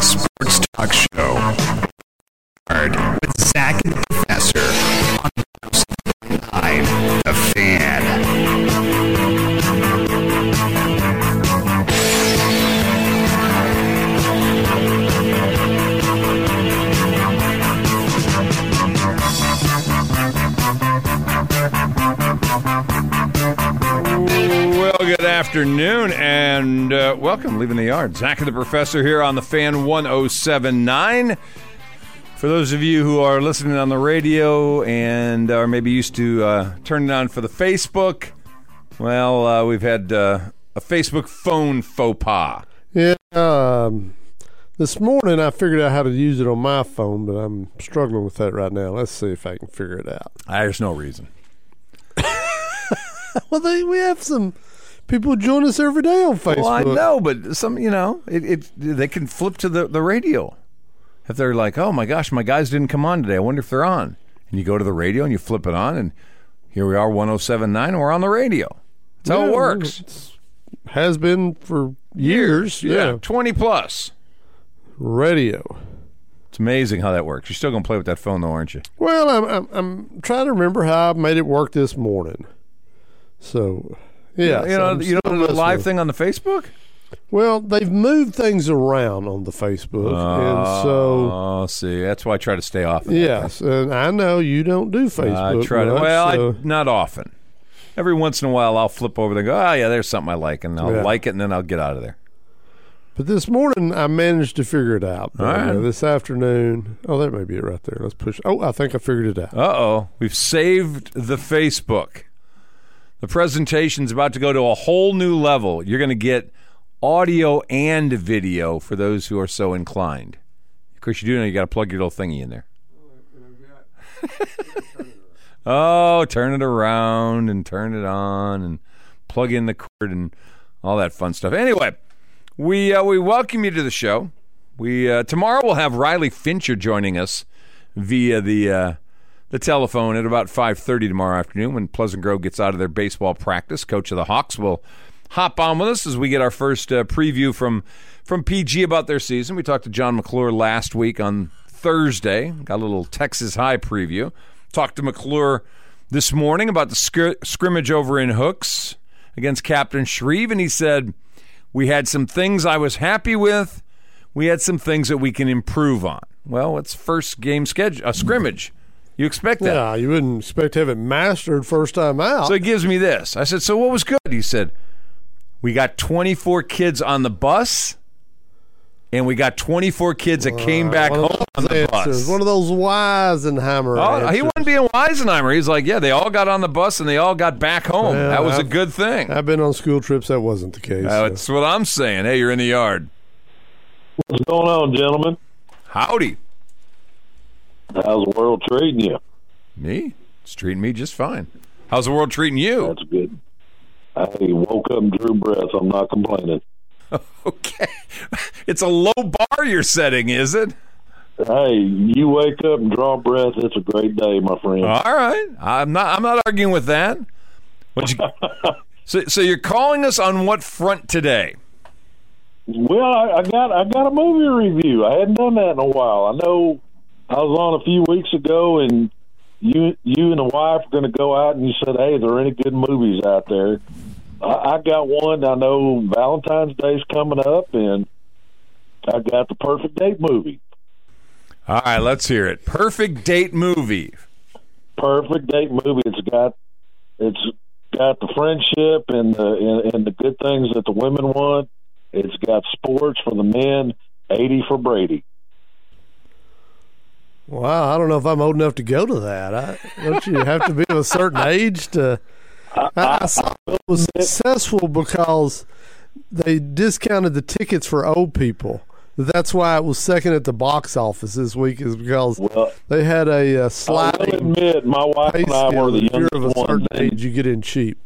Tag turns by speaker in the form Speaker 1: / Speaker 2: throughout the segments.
Speaker 1: Sports Talk Show. Hard With Zach and the Professor on Live, The Fan.
Speaker 2: Well, good afternoon and uh, welcome, Leaving the Yard. Zach and the Professor here on the Fan 1079. For those of you who are listening on the radio and are maybe used to uh, turning on for the Facebook, well, uh, we've had uh, a Facebook phone faux pas.
Speaker 3: Yeah. Um, this morning I figured out how to use it on my phone, but I'm struggling with that right now. Let's see if I can figure it out.
Speaker 2: There's no reason.
Speaker 3: Well, they, we have some people join us every day on Facebook.
Speaker 2: Well, I know, but some, you know, it, it they can flip to the, the radio. If they're like, oh my gosh, my guys didn't come on today. I wonder if they're on. And you go to the radio and you flip it on, and here we are, 1079, and we're on the radio. That's how it
Speaker 3: Yeah,
Speaker 2: works.
Speaker 3: it's- has been for years. Yeah.
Speaker 2: 20 plus.
Speaker 3: Radio.
Speaker 2: It's amazing how that works. You're still going to play with that phone, though, aren't you?
Speaker 3: Well, I'm, I'm I'm trying to remember how I made it work this morning. So, yeah.
Speaker 2: you
Speaker 3: so
Speaker 2: know,
Speaker 3: I'm
Speaker 2: you know
Speaker 3: still
Speaker 2: the
Speaker 3: messing
Speaker 2: live
Speaker 3: with-
Speaker 2: thing on the Facebook?
Speaker 3: Well, they've moved things around on the Facebook, and so.
Speaker 2: Oh, see, that's why I try to stay off of that.
Speaker 3: Yes, and I know you don't do Facebook.
Speaker 2: I try to.
Speaker 3: much,
Speaker 2: Well,
Speaker 3: so-
Speaker 2: I, not often. Every once in a while, I'll flip over there and go, oh, yeah, there's something I like, and I'll
Speaker 3: Yeah.
Speaker 2: like it, and then I'll get out of there.
Speaker 3: But this morning I managed to figure it out. But,
Speaker 2: All
Speaker 3: uh,
Speaker 2: right.
Speaker 3: this afternoon. Oh, that may be it right there. Let's push. Oh, I think I figured it out.
Speaker 2: Uh oh, we've saved the Facebook. The presentation's about to go to a whole new level. You're going to get audio and video for those who are so inclined. Of course, you do know you got to plug your little thingy in there. oh, turn it around and turn it on and plug in the cord and all that fun stuff. Anyway, we uh, we welcome you to the show. We uh, tomorrow we'll have Riley Fincher joining us via the uh, the telephone at about 5.30 tomorrow afternoon when pleasant grove gets out of their baseball practice coach of the hawks will hop on with us as we get our first uh, preview from from pg about their season we talked to john mcclure last week on thursday got a little texas high preview talked to mcclure this morning about the scr- scrimmage over in hooks against captain shreve and he said we had some things i was happy with we had some things that we can improve on well it's first game schedule a scrimmage you expect that
Speaker 3: Yeah, you wouldn't expect to have it mastered first time out.
Speaker 2: so he gives me this. I said, So what was good? He said, We got 24 kids on the bus, and we got 24 kids that came back
Speaker 3: one of
Speaker 2: home on
Speaker 3: those
Speaker 2: the
Speaker 3: answers,
Speaker 2: bus.
Speaker 3: One of those Weisenheimer.
Speaker 2: Oh, he
Speaker 3: answers.
Speaker 2: wasn't being Weisenheimer. He's like, Yeah, they all got on the bus and they all got back home.
Speaker 3: Well,
Speaker 2: that was a
Speaker 3: I've-
Speaker 2: good thing.
Speaker 3: I've been on school trips. That wasn't the case. so.
Speaker 2: That's what I'm saying. Hey, you're in the yard.
Speaker 4: What's going on, gentlemen?
Speaker 2: Howdy.
Speaker 4: How's the world treating you?
Speaker 2: Me? It's treating me just fine. How's the world treating you?
Speaker 4: That's good. I woke up and drew breath. I'm not complaining.
Speaker 2: Okay. It's a low bar you're setting, is it?
Speaker 4: Hey, you wake up and draw breath. It's a great day, my friend.
Speaker 2: All right, I'm not. I'm not arguing with that. What you, so, so you're calling us on what front today?
Speaker 4: well, I, I got I got a movie review. I hadn't done that in a while. I know I was on a few weeks ago, and you you and the wife are going to go out, and you said, "Hey, are there any good movies out there?" I, I got one. I know Valentine's Day's coming up, and I got the perfect date movie.
Speaker 2: All right, let's hear it. Perfect date movie.
Speaker 4: perfect date movie. It's got it's got the friendship and the and, and the good things that the women want. It's got sports for the men. Eighty for Brady.
Speaker 3: Wow, I don't know if I'm old enough to go to that. I, don't you have to be of a certain age to? I, I saw it was successful because they discounted the tickets for old people. That's why it was second at the box office this week, is because
Speaker 4: Well,
Speaker 3: they had a uh,
Speaker 4: I will
Speaker 3: sliding
Speaker 4: admit, my wife
Speaker 3: pay
Speaker 4: and I
Speaker 3: scale.
Speaker 4: were the
Speaker 3: If you're
Speaker 4: youngest
Speaker 3: of a certain
Speaker 4: ones.
Speaker 3: age, you get in cheap.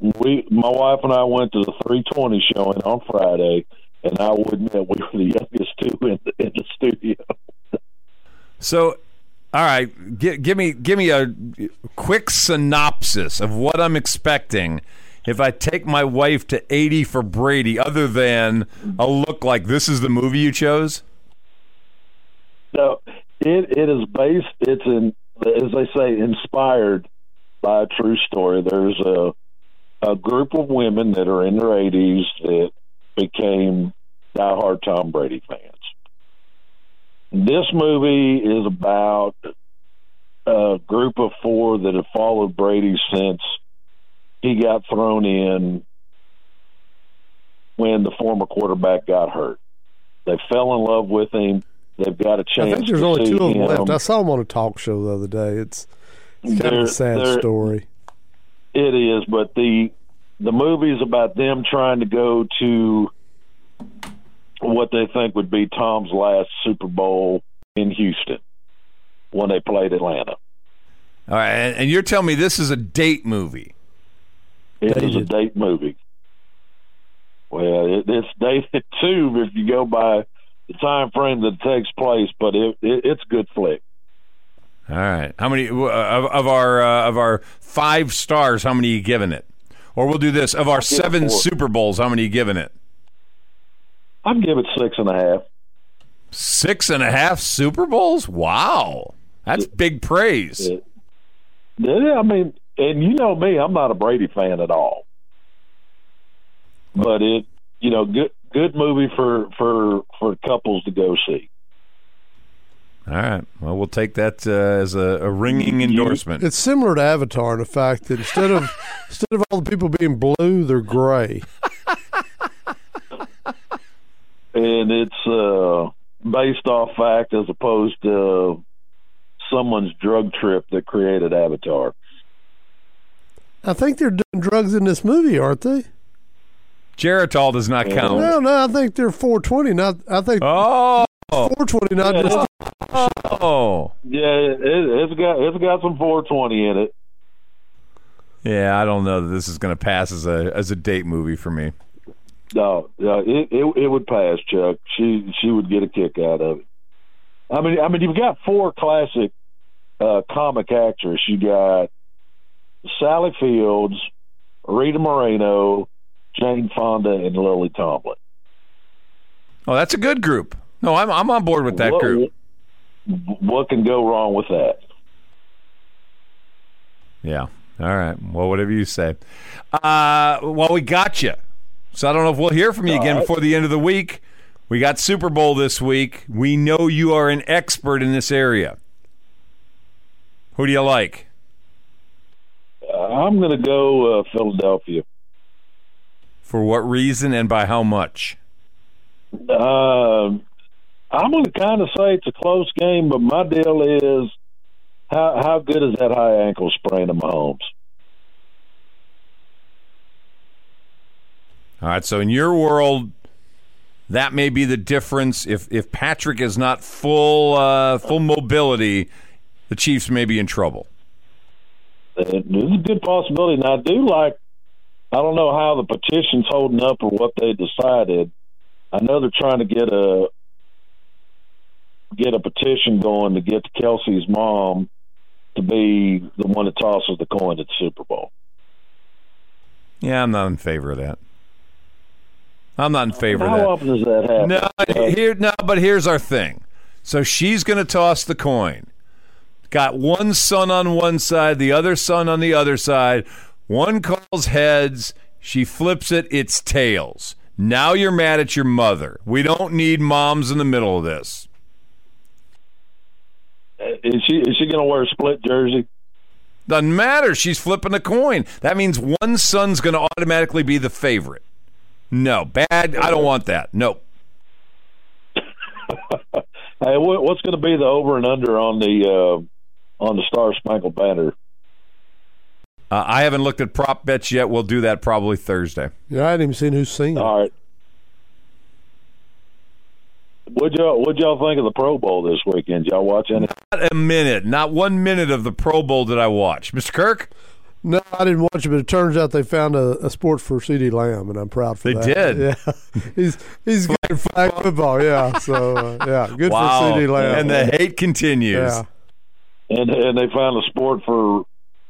Speaker 4: We, my wife and I went to the three twenty showing on Friday, and I would admit we were the youngest two in the, in the studio.
Speaker 2: So, all right, gi- give me give me a quick synopsis of what I'm expecting if I take my wife to 80 for Brady, other than a look like this is the movie you chose.
Speaker 4: no, it it is based. It's in as they say, inspired by a true story. There's a a group of women that are in their 80s that became diehard Tom Brady fans. This movie is about a group of four that have followed Brady since he got thrown in when the former quarterback got hurt. They fell in love with him. They've got a chance.
Speaker 3: I think there's
Speaker 4: to
Speaker 3: only
Speaker 4: see
Speaker 3: two of them
Speaker 4: him.
Speaker 3: left. I saw them on a talk show the other day. It's, it's kind of a
Speaker 4: They're-
Speaker 3: sad
Speaker 4: they're-
Speaker 3: story.
Speaker 4: It is, but the the movie's about them trying to go to what they think would be Tom's last Super Bowl in Houston when they played Atlanta.
Speaker 2: All right, and, and you're telling me this is a date movie.
Speaker 4: It is a
Speaker 3: Dated.
Speaker 4: date movie. Well, it, it's dated too if you go by the time frame that it takes place, but it, it it's a good flick.
Speaker 2: All right, how many w- uh, of, of our uh, of our five stars? How many are you giving it? Or we'll do this: of our
Speaker 4: give it
Speaker 2: seven
Speaker 4: four.
Speaker 2: Super Bowls, how many are you giving it?
Speaker 4: I'd give it six and a half.
Speaker 2: Six and a half Super Bowls. Wow, that's big praise.
Speaker 4: Yeah. Yeah, I mean, and you know me, I'm not a Brady fan at all. But it, you know, good good movie for for for couples to go see.
Speaker 2: All right, well, we'll take that uh, as a, a ringing endorsement.
Speaker 3: It's similar to Avatar in the fact that instead of instead of all the people being blue, they're gray.
Speaker 4: And it's uh based off fact as opposed to someone's drug trip that created Avatar.
Speaker 3: I think they're doing drugs in this movie, aren't they?
Speaker 2: Geritol does not count.
Speaker 3: No, no. I think they're 420. Not. I think
Speaker 2: Oh,
Speaker 3: 420. Not
Speaker 4: Yeah,
Speaker 3: just.
Speaker 2: oh,
Speaker 4: Yeah, it, it's got it's got some 420 in it.
Speaker 2: yeah. I don't know that this is going to pass as a as a date movie for me.
Speaker 4: No, no, it, it it would pass, Chuck. She she would get a kick out of it. I mean, I mean, you've got four classic uh, comic actors. You got Sally Fields, Rita Moreno, Jane Fonda, and Lily Tomlin.
Speaker 2: Oh, that's a good group. No, I'm I'm on board with that
Speaker 4: what,
Speaker 2: group.
Speaker 4: What can go wrong with that?
Speaker 2: Yeah. All right. Well, whatever you say. Uh, well, we got you. So I don't know if we'll hear from you again
Speaker 4: right.
Speaker 2: before the end of the week. We got Super Bowl this week. We know you are an expert in this area. Who do you like?
Speaker 4: Uh, I'm going to go uh, Philadelphia.
Speaker 2: For what reason and by how much?
Speaker 4: Um, I'm going to kind of say it's a close game, but my deal is how how good is that high ankle sprain of Mahomes?
Speaker 2: All right. So in your world, that may be the difference. If if Patrick is not full uh, full mobility, the Chiefs may be in trouble.
Speaker 4: It's a Uh, good possibility, and I do like. I don't know how the petition's holding up or what they decided. I know they're trying to get a get a petition going to get Kelsey's mom to be the one that tosses the coin at the Super Bowl.
Speaker 2: Yeah, I'm not in favor of that. I'm not in favor of
Speaker 4: How
Speaker 2: that.
Speaker 4: often does that happen? Uh,
Speaker 2: No, here, no, but here's our thing. So she's going to toss the coin. Got one son on one side, the other son on the other side. One calls heads. She flips it. It's tails. Now you're mad at your mother. We don't need moms in the middle of this.
Speaker 4: Is she is she going to wear a split jersey?
Speaker 2: Doesn't matter. She's flipping a coin. That means one son's going to automatically be the favorite. No, bad. I don't want that. Nope.
Speaker 4: Hey, what, what's going to be the over and under on the uh, on the Star Spangled Banner?
Speaker 2: Uh, I haven't looked at prop bets yet. We'll do that probably Thursday.
Speaker 3: Yeah, I hadn't even seen who's seen it.
Speaker 2: Uh,
Speaker 4: All right. What y'all What y'all think of the Pro Bowl this weekend? Y'all watch any?
Speaker 2: Not a minute, not one minute of the Pro Bowl did I watch. Mr. Kirk,
Speaker 3: No, I didn't watch it, but it turns out they found a, a sport for C.D. Lamb, and I'm proud for
Speaker 2: They
Speaker 3: that.
Speaker 2: did.
Speaker 3: Yeah, he's he's good at flag football. Yeah, so uh, yeah, good
Speaker 2: wow,
Speaker 3: for C.D. Lamb.
Speaker 2: and the hate continues.
Speaker 3: yeah,
Speaker 4: And and they found a sport for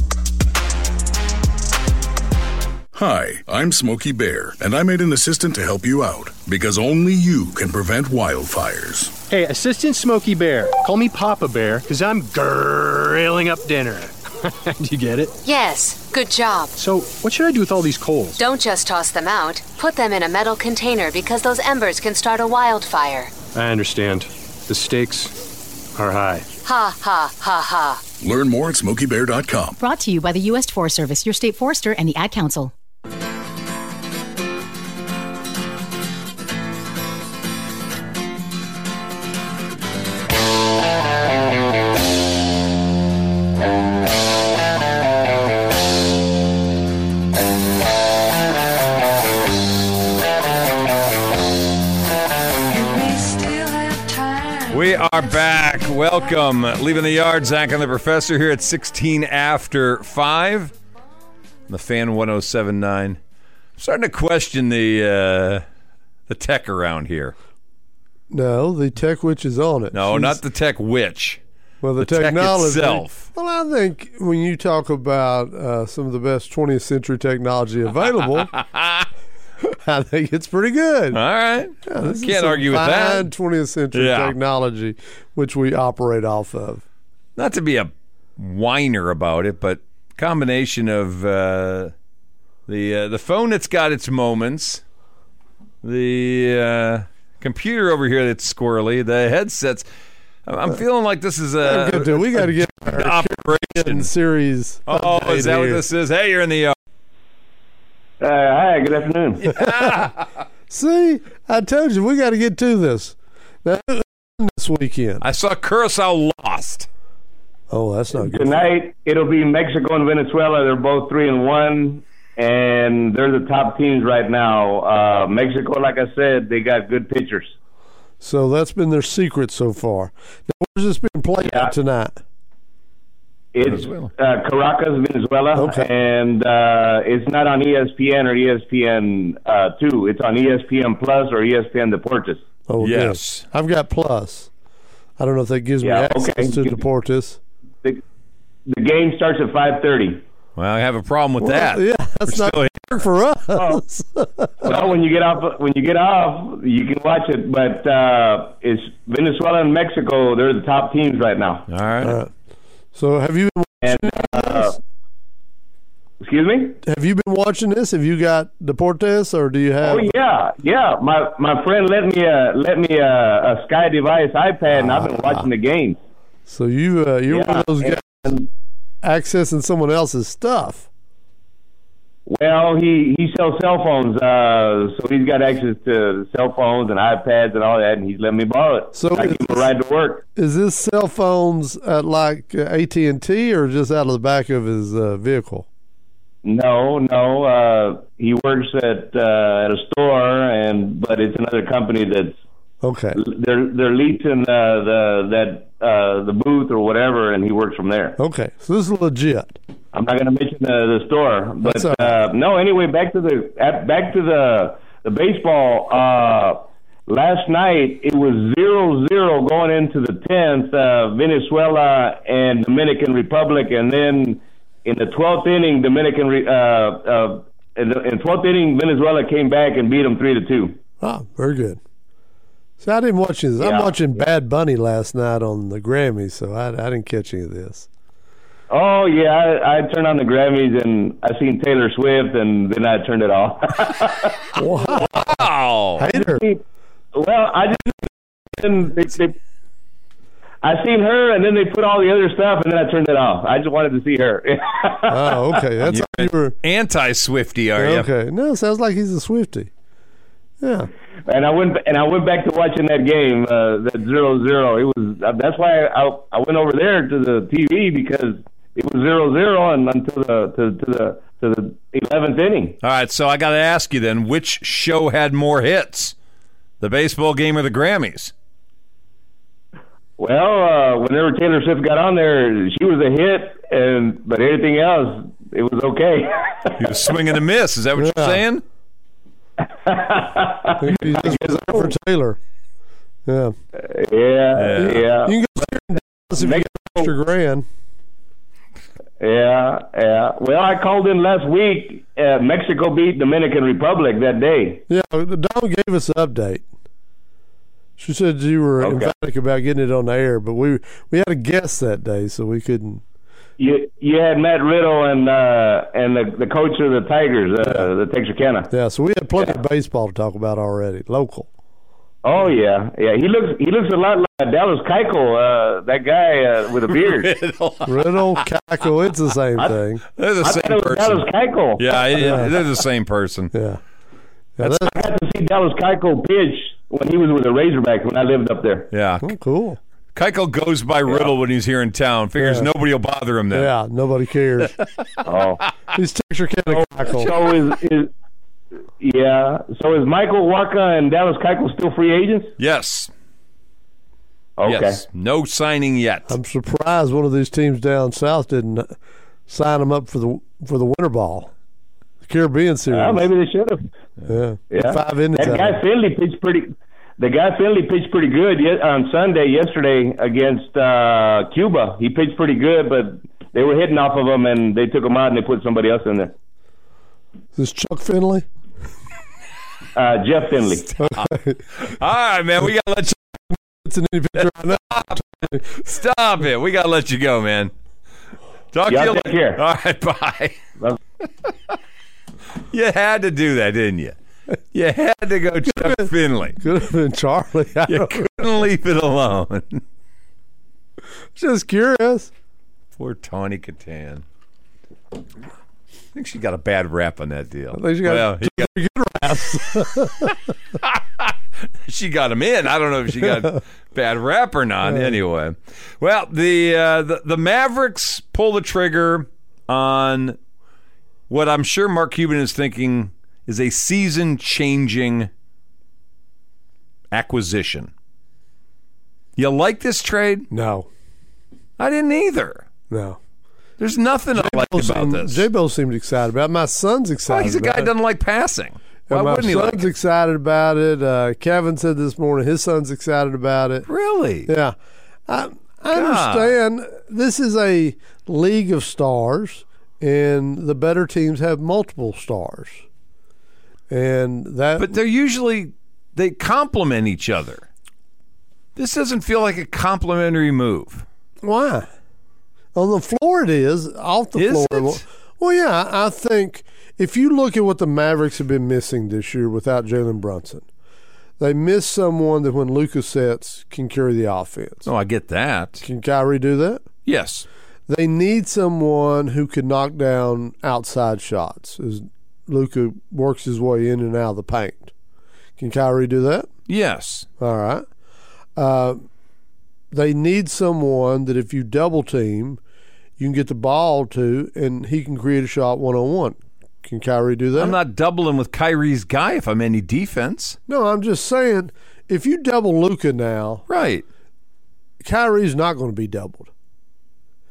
Speaker 5: Hi, I'm Smokey Bear, and I made an assistant to help you out because only you can prevent wildfires.
Speaker 6: Hey, Assistant Smokey Bear, call me Papa Bear because I'm grilling up dinner. do you get it?
Speaker 7: Yes, good job.
Speaker 6: So, what should I do with all these coals?
Speaker 7: Don't just toss them out. Put them in a metal container because those embers can start a wildfire.
Speaker 6: I understand. The stakes are high.
Speaker 7: Ha ha ha ha.
Speaker 5: Learn more at smokeybear.com.
Speaker 8: Brought to you by the U.S. Forest Service, your state forester, and the Ad Council.
Speaker 2: We are back. Welcome. Leaving the yard, Zach and the Professor here at 16 after 5. The fan 1079. Starting to question the uh, the tech around here.
Speaker 3: no, the tech witch is on it.
Speaker 2: No,
Speaker 3: She's-
Speaker 2: not the tech witch.
Speaker 3: well, the,
Speaker 2: the tech
Speaker 3: technology
Speaker 2: itself.
Speaker 3: Well, I think when you talk about uh, some of the best 20th century technology available, I think it's pretty good.
Speaker 2: All right.
Speaker 3: This is
Speaker 2: Can't
Speaker 3: some
Speaker 2: argue with
Speaker 3: fine
Speaker 2: that.
Speaker 3: 20th century
Speaker 2: Yeah.
Speaker 3: technology, which we operate off of.
Speaker 2: not to be a whiner about it, but combination of uh, the uh, the phone that's got its moments, the uh, computer over here that's squirrely, the headsets. I'm- I'm feeling like this is a
Speaker 3: Good deal. We got to get
Speaker 2: an
Speaker 3: our
Speaker 2: operation.
Speaker 3: series.
Speaker 2: Oh, is that what
Speaker 3: updated
Speaker 2: this is? Hey, you're in the. Uh,
Speaker 4: Uh, hi, good afternoon.
Speaker 3: here. See, I told you we got to get to this. Now, who won this weekend.
Speaker 2: I saw Curacao lost.
Speaker 3: Oh, that's not good.
Speaker 4: Tonight it'll be Mexico and Venezuela. They're both three and one, and they're the top teams right now. Uh, Mexico, like I said, they got good pitchers.
Speaker 3: So that's been their secret so far. Now, where's this being played
Speaker 4: Yeah.
Speaker 3: at tonight?
Speaker 4: It's uh, Caracas, Venezuela,
Speaker 3: Okay.
Speaker 4: and uh, it's not on ESPN or E ESPN uh, two. It's on ESPN Plus or E ESPN Deportes.
Speaker 3: Oh, good.
Speaker 2: Yes.
Speaker 3: I've got plus. I don't know if that gives me
Speaker 4: Yeah,
Speaker 3: access
Speaker 4: okay.
Speaker 3: to
Speaker 4: Good.
Speaker 3: Deportes.
Speaker 4: The, the game starts at five thirty.
Speaker 2: Well, I have a problem with that.
Speaker 3: yeah, that's not
Speaker 2: still Oh.
Speaker 3: work for us.
Speaker 4: Well, when you get off, when you get off, you can watch it. But uh, it's Venezuela and Mexico. They're the top teams right now.
Speaker 2: All right.
Speaker 3: Uh, So have you been,
Speaker 4: And uh, excuse me.
Speaker 3: have you been watching this? Have you got Deportes or do you have?
Speaker 4: Oh yeah, yeah. My my friend let me uh, let me uh, a Sky Device iPad, and I've been watching the game.
Speaker 3: So you uh, you're one
Speaker 4: Yeah,
Speaker 3: of those guys
Speaker 4: and-
Speaker 3: accessing someone else's stuff.
Speaker 4: Well, he he sells cell phones, uh, so he's got access to cell phones and iPads and all that, and he's letting me borrow it.
Speaker 3: So
Speaker 4: I
Speaker 3: is
Speaker 4: give him a ride to work.
Speaker 3: Is this cell phones at like AT and T or just out of the back of his uh, vehicle?
Speaker 4: No, no. Uh, he works at uh, at a store, and but it's another company that's
Speaker 3: Okay.
Speaker 4: they're they're leasing uh, the that uh, the booth or whatever, and he works from there.
Speaker 3: Okay. So this is legit.
Speaker 4: I'm not going to mention the, the store, but
Speaker 3: That's all right.
Speaker 4: uh, no. Anyway, back to the at, back to the the baseball. Uh, last night it was zero zero going into the tenth. Uh, Venezuela and Dominican Republic, and then in the twelfth inning, Dominican Re- uh, uh, in the in twelfth inning, Venezuela came back and beat them three to two.
Speaker 3: Ah, very good. So I didn't watch this. I'm
Speaker 4: Yeah.
Speaker 3: watching Bad Bunny last night on the Grammys, so I, I didn't catch any of this.
Speaker 4: Oh yeah, I, I turned on the Grammys and I seen Taylor Swift, and then I turned it off.
Speaker 2: Oh,
Speaker 3: Hater.
Speaker 4: Well, I just and they, they, I seen her, and then they put all the other stuff, and then I turned it off. I just wanted to see her.
Speaker 3: Oh, okay. That's how you were.
Speaker 2: anti Swifty, are you?
Speaker 3: Okay. No, sounds like he's a Swifty. Yeah.
Speaker 4: and I went and I went back to watching that game, uh, that zero zero. It was uh, that's why I I went over there to the TV because it was zero zero and until the to, to the to the eleventh inning.
Speaker 2: All right, so I got to ask you then, which show had more hits, the baseball game or the Grammys?
Speaker 4: Well, uh, whenever Taylor Swift got on there, she was a hit, and but everything else, it was okay.
Speaker 2: He was swinging a miss. Is that what you're
Speaker 3: Yeah.
Speaker 2: saying?
Speaker 3: I think he just was out for Taylor. Yeah.
Speaker 4: yeah,
Speaker 2: Yeah.
Speaker 4: yeah.
Speaker 3: You can go there and see if you get an extra grand.
Speaker 4: Yeah, yeah. Well, I called in last week. Uh, Mexico beat Dominican Republic that day.
Speaker 3: Yeah. Dawn gave us an update. She said you were
Speaker 4: Okay.
Speaker 3: emphatic about getting it on the air, but we we had a guest that day, so we couldn't.
Speaker 4: You you had Matt Riddle and uh, and the, the coach of the Tigers, uh, the Texarkana.
Speaker 3: Yeah, so we had plenty of baseball to talk about already, local.
Speaker 4: Oh yeah, yeah. He looks he looks a lot like Dallas Keuchel, uh, that guy uh, with a beard.
Speaker 3: Riddle, Keiko, it's the same thing.
Speaker 2: They're the
Speaker 4: I thought
Speaker 2: same
Speaker 4: it was Dallas
Speaker 2: person.
Speaker 4: Keuchel.
Speaker 2: Yeah, yeah, they're the same person.
Speaker 3: Yeah. Yeah, that's,
Speaker 4: I got to see Dallas Keuchel pitch when he was with the Razorbacks when I lived up there.
Speaker 2: Yeah,
Speaker 3: oh, cool.
Speaker 2: Keiko goes by Riddle when he's here in town. Figures
Speaker 3: Yeah.
Speaker 2: nobody will bother him then.
Speaker 3: Yeah, nobody cares.
Speaker 4: Oh.
Speaker 3: He's texture kind of Keiko.
Speaker 4: so is, is yeah. So is Michael Walker and Dallas Keuchel still free agents?
Speaker 2: Yes.
Speaker 4: Okay. Um,
Speaker 2: Yes. No signing yet.
Speaker 3: I'm surprised one of these teams down south didn't sign them up for the for the winter ball, the Caribbean series.
Speaker 4: Well, maybe they should have.
Speaker 3: yeah.
Speaker 4: Yeah.
Speaker 3: five innings.
Speaker 4: That
Speaker 3: out of
Speaker 4: guy
Speaker 3: it.
Speaker 4: Finley pitched pretty. The guy Finley pitched pretty good ye- on Sunday yesterday against uh, Cuba. He pitched pretty good, but they were hitting off of him, and they took him out and they put somebody else in there.
Speaker 3: Is this Chuck Finley?
Speaker 4: Uh, Jeff Finley.
Speaker 2: All right, man. We gotta let you
Speaker 3: It's an indie picture. I know.
Speaker 2: stop it. We gotta let you go, man. Talk
Speaker 4: Y'all
Speaker 2: to you
Speaker 4: take
Speaker 2: later.
Speaker 4: care.
Speaker 2: All right, bye.
Speaker 4: Love-
Speaker 2: you had to do that, didn't you? You had to go Chuck Finley.
Speaker 3: Could have been Charlie. I
Speaker 2: You
Speaker 3: don't-
Speaker 2: couldn't leave it alone.
Speaker 3: Just curious.
Speaker 2: Poor Tawny Catan. I think she got a bad rap on that deal.
Speaker 3: think she got-
Speaker 2: well, he got she got him in. I don't know if she got a bad rap or not. Anyway, well, the, uh, the the Mavericks pull the trigger on what I'm sure Mark Cuban is thinking is a season-changing acquisition. You like this trade?
Speaker 3: No,
Speaker 2: I didn't either.
Speaker 3: no.
Speaker 2: There's nothing I liked about this.
Speaker 3: J Bo seemed excited about. it. My son's
Speaker 2: Well,
Speaker 3: excited.
Speaker 2: he's a guy
Speaker 3: about
Speaker 2: who
Speaker 3: it.
Speaker 2: doesn't like passing.
Speaker 3: And
Speaker 2: Why
Speaker 3: my
Speaker 2: wouldn't he
Speaker 3: son's
Speaker 2: like it?
Speaker 3: excited about it. Uh, Kevin said this morning his son's excited about it.
Speaker 2: Really?
Speaker 3: Yeah, I I
Speaker 2: God.
Speaker 3: understand. This is a league of stars, and the better teams have multiple stars, and that.
Speaker 2: But they're usually they complement each other. This doesn't feel like a complimentary move.
Speaker 3: Why? On Oh, the floor it is. Off the
Speaker 2: Is
Speaker 3: floor.
Speaker 2: it?
Speaker 3: Well, yeah, I think if you look at what the Mavericks have been missing this year without Jalen Brunson, they miss someone that when Lucas sets can carry the offense.
Speaker 2: Oh, I get that.
Speaker 3: Can Kyrie do that?
Speaker 2: Yes.
Speaker 3: They need someone who can knock down outside shots as Luca works his way in and out of the paint. Can Kyrie do that?
Speaker 2: Yes.
Speaker 3: All right. Uh, they need someone that if you double team, you can get the ball to, and he can create a shot one on one. Can Kyrie do that?
Speaker 2: I'm not doubling with Kyrie's guy if I'm any defense.
Speaker 3: No, I'm just saying if you double Luca now,
Speaker 2: Right.
Speaker 3: Kyrie's not going to be doubled.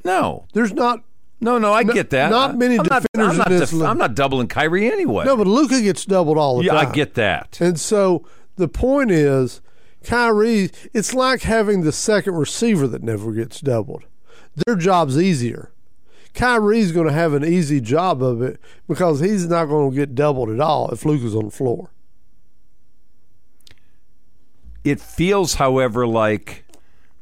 Speaker 2: No.
Speaker 3: There's not.
Speaker 2: No, no, I get that.
Speaker 3: not many
Speaker 2: I'm not,
Speaker 3: defenders
Speaker 2: I'm not,
Speaker 3: in this league.
Speaker 2: I'm not doubling Kyrie anyway.
Speaker 3: No, but Luca gets doubled all the
Speaker 2: yeah,
Speaker 3: time.
Speaker 2: I get that.
Speaker 3: And so the point is, Kyrie, it's like having the second receiver that never gets doubled. Their job's easier. Kyrie's going to have an easy job of it because he's not going to get doubled at all if Luca's on the floor.
Speaker 2: It feels, however, like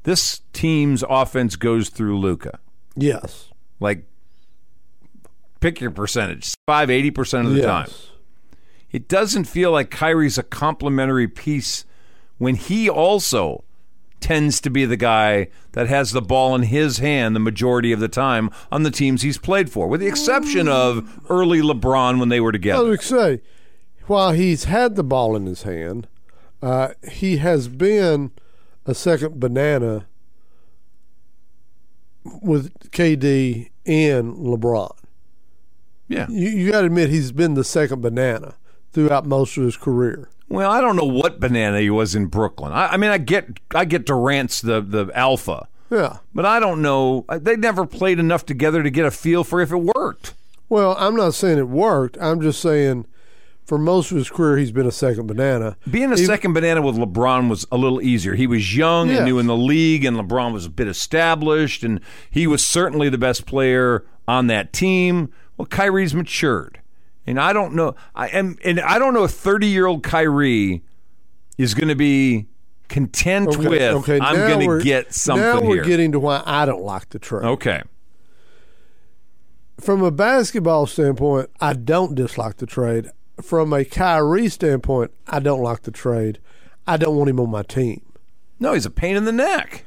Speaker 2: this team's offense goes through Luca.
Speaker 3: Yes.
Speaker 2: Like, pick your percentage, five eighty percent of the
Speaker 3: yes.
Speaker 2: time. It doesn't feel like Kyrie's a complimentary piece when he also tends to be the guy that has the ball in his hand the majority of the time on the teams he's played for, with the exception of early LeBron when they were
Speaker 3: I was
Speaker 2: together.
Speaker 3: going to say, while he's had the ball in his hand, uh, he has been a second banana with KD and LeBron.
Speaker 2: Yeah.
Speaker 3: You, you got to admit he's been the second banana throughout most of his career.
Speaker 2: Well, I don't know what banana he was in Brooklyn. I, I mean, I get I get Durant's the the alpha,
Speaker 3: Yeah.
Speaker 2: but I don't know. They never played enough together to get a feel for if it worked.
Speaker 3: Well, I'm not saying it worked. I'm just saying for most of his career he's been a second banana.
Speaker 2: Being a second banana with LeBron was a little easier. He was young and
Speaker 3: Yes.
Speaker 2: new in the league, and LeBron was a bit established, and he was certainly the best player on that team. Well, Kyrie's matured, and I don't know. I am, and I don't know if thirty-year-old Kyrie is going to be content with. I'm
Speaker 3: now
Speaker 2: going
Speaker 3: we're-
Speaker 2: to get something
Speaker 3: Now we're
Speaker 2: here.
Speaker 3: getting to why I don't like the trade.
Speaker 2: okay,
Speaker 3: From a basketball standpoint, I don't dislike the trade. From a Kyrie standpoint, I don't like the trade. I don't want him on my team.
Speaker 2: no, he's a pain in the neck.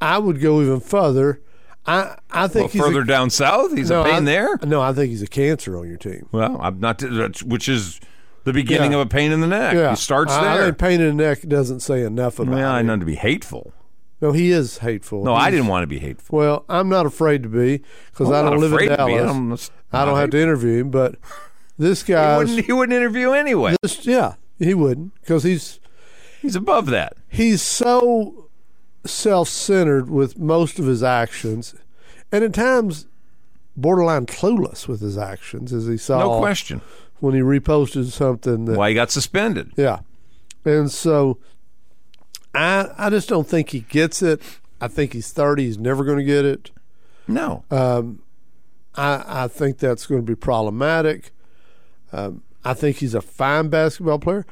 Speaker 3: I would go even further. I I think
Speaker 2: Well,
Speaker 3: he's
Speaker 2: further
Speaker 3: a,
Speaker 2: down south, he's
Speaker 3: no,
Speaker 2: a pain
Speaker 3: I-
Speaker 2: there.
Speaker 3: No, I think he's a cancer on your team.
Speaker 2: Well, I'm not, that's- which is the beginning
Speaker 3: Yeah.
Speaker 2: of a pain in the neck. He starts
Speaker 3: I,
Speaker 2: there.
Speaker 3: I think pain in the neck doesn't say enough about
Speaker 2: Well, I
Speaker 3: him.
Speaker 2: know to be hateful.
Speaker 3: No, he is hateful.
Speaker 2: No, I
Speaker 3: He's-
Speaker 2: didn't want to be hateful.
Speaker 3: Well, I'm not afraid to be because
Speaker 2: I'm
Speaker 3: I
Speaker 2: not
Speaker 3: don't live in
Speaker 2: afraid to
Speaker 3: Dallas.
Speaker 2: be. I'm just-
Speaker 3: I don't have to interview him, but this
Speaker 2: He
Speaker 3: guy,
Speaker 2: wouldn't, he wouldn't interview anyway.
Speaker 3: this, yeah, he wouldn't because he's
Speaker 2: He's above that.
Speaker 3: he's so self-centered with most of his actions, and at times borderline clueless with his actions, as he saw
Speaker 2: No question.
Speaker 3: when he reposted something that
Speaker 2: Why he got suspended.
Speaker 3: Yeah. And so I I just don't think he gets it. I think he's 30. He's never going to get it.
Speaker 2: No.
Speaker 3: Uh, I, I think that's going to be problematic. Um, I think he's a fine basketball player.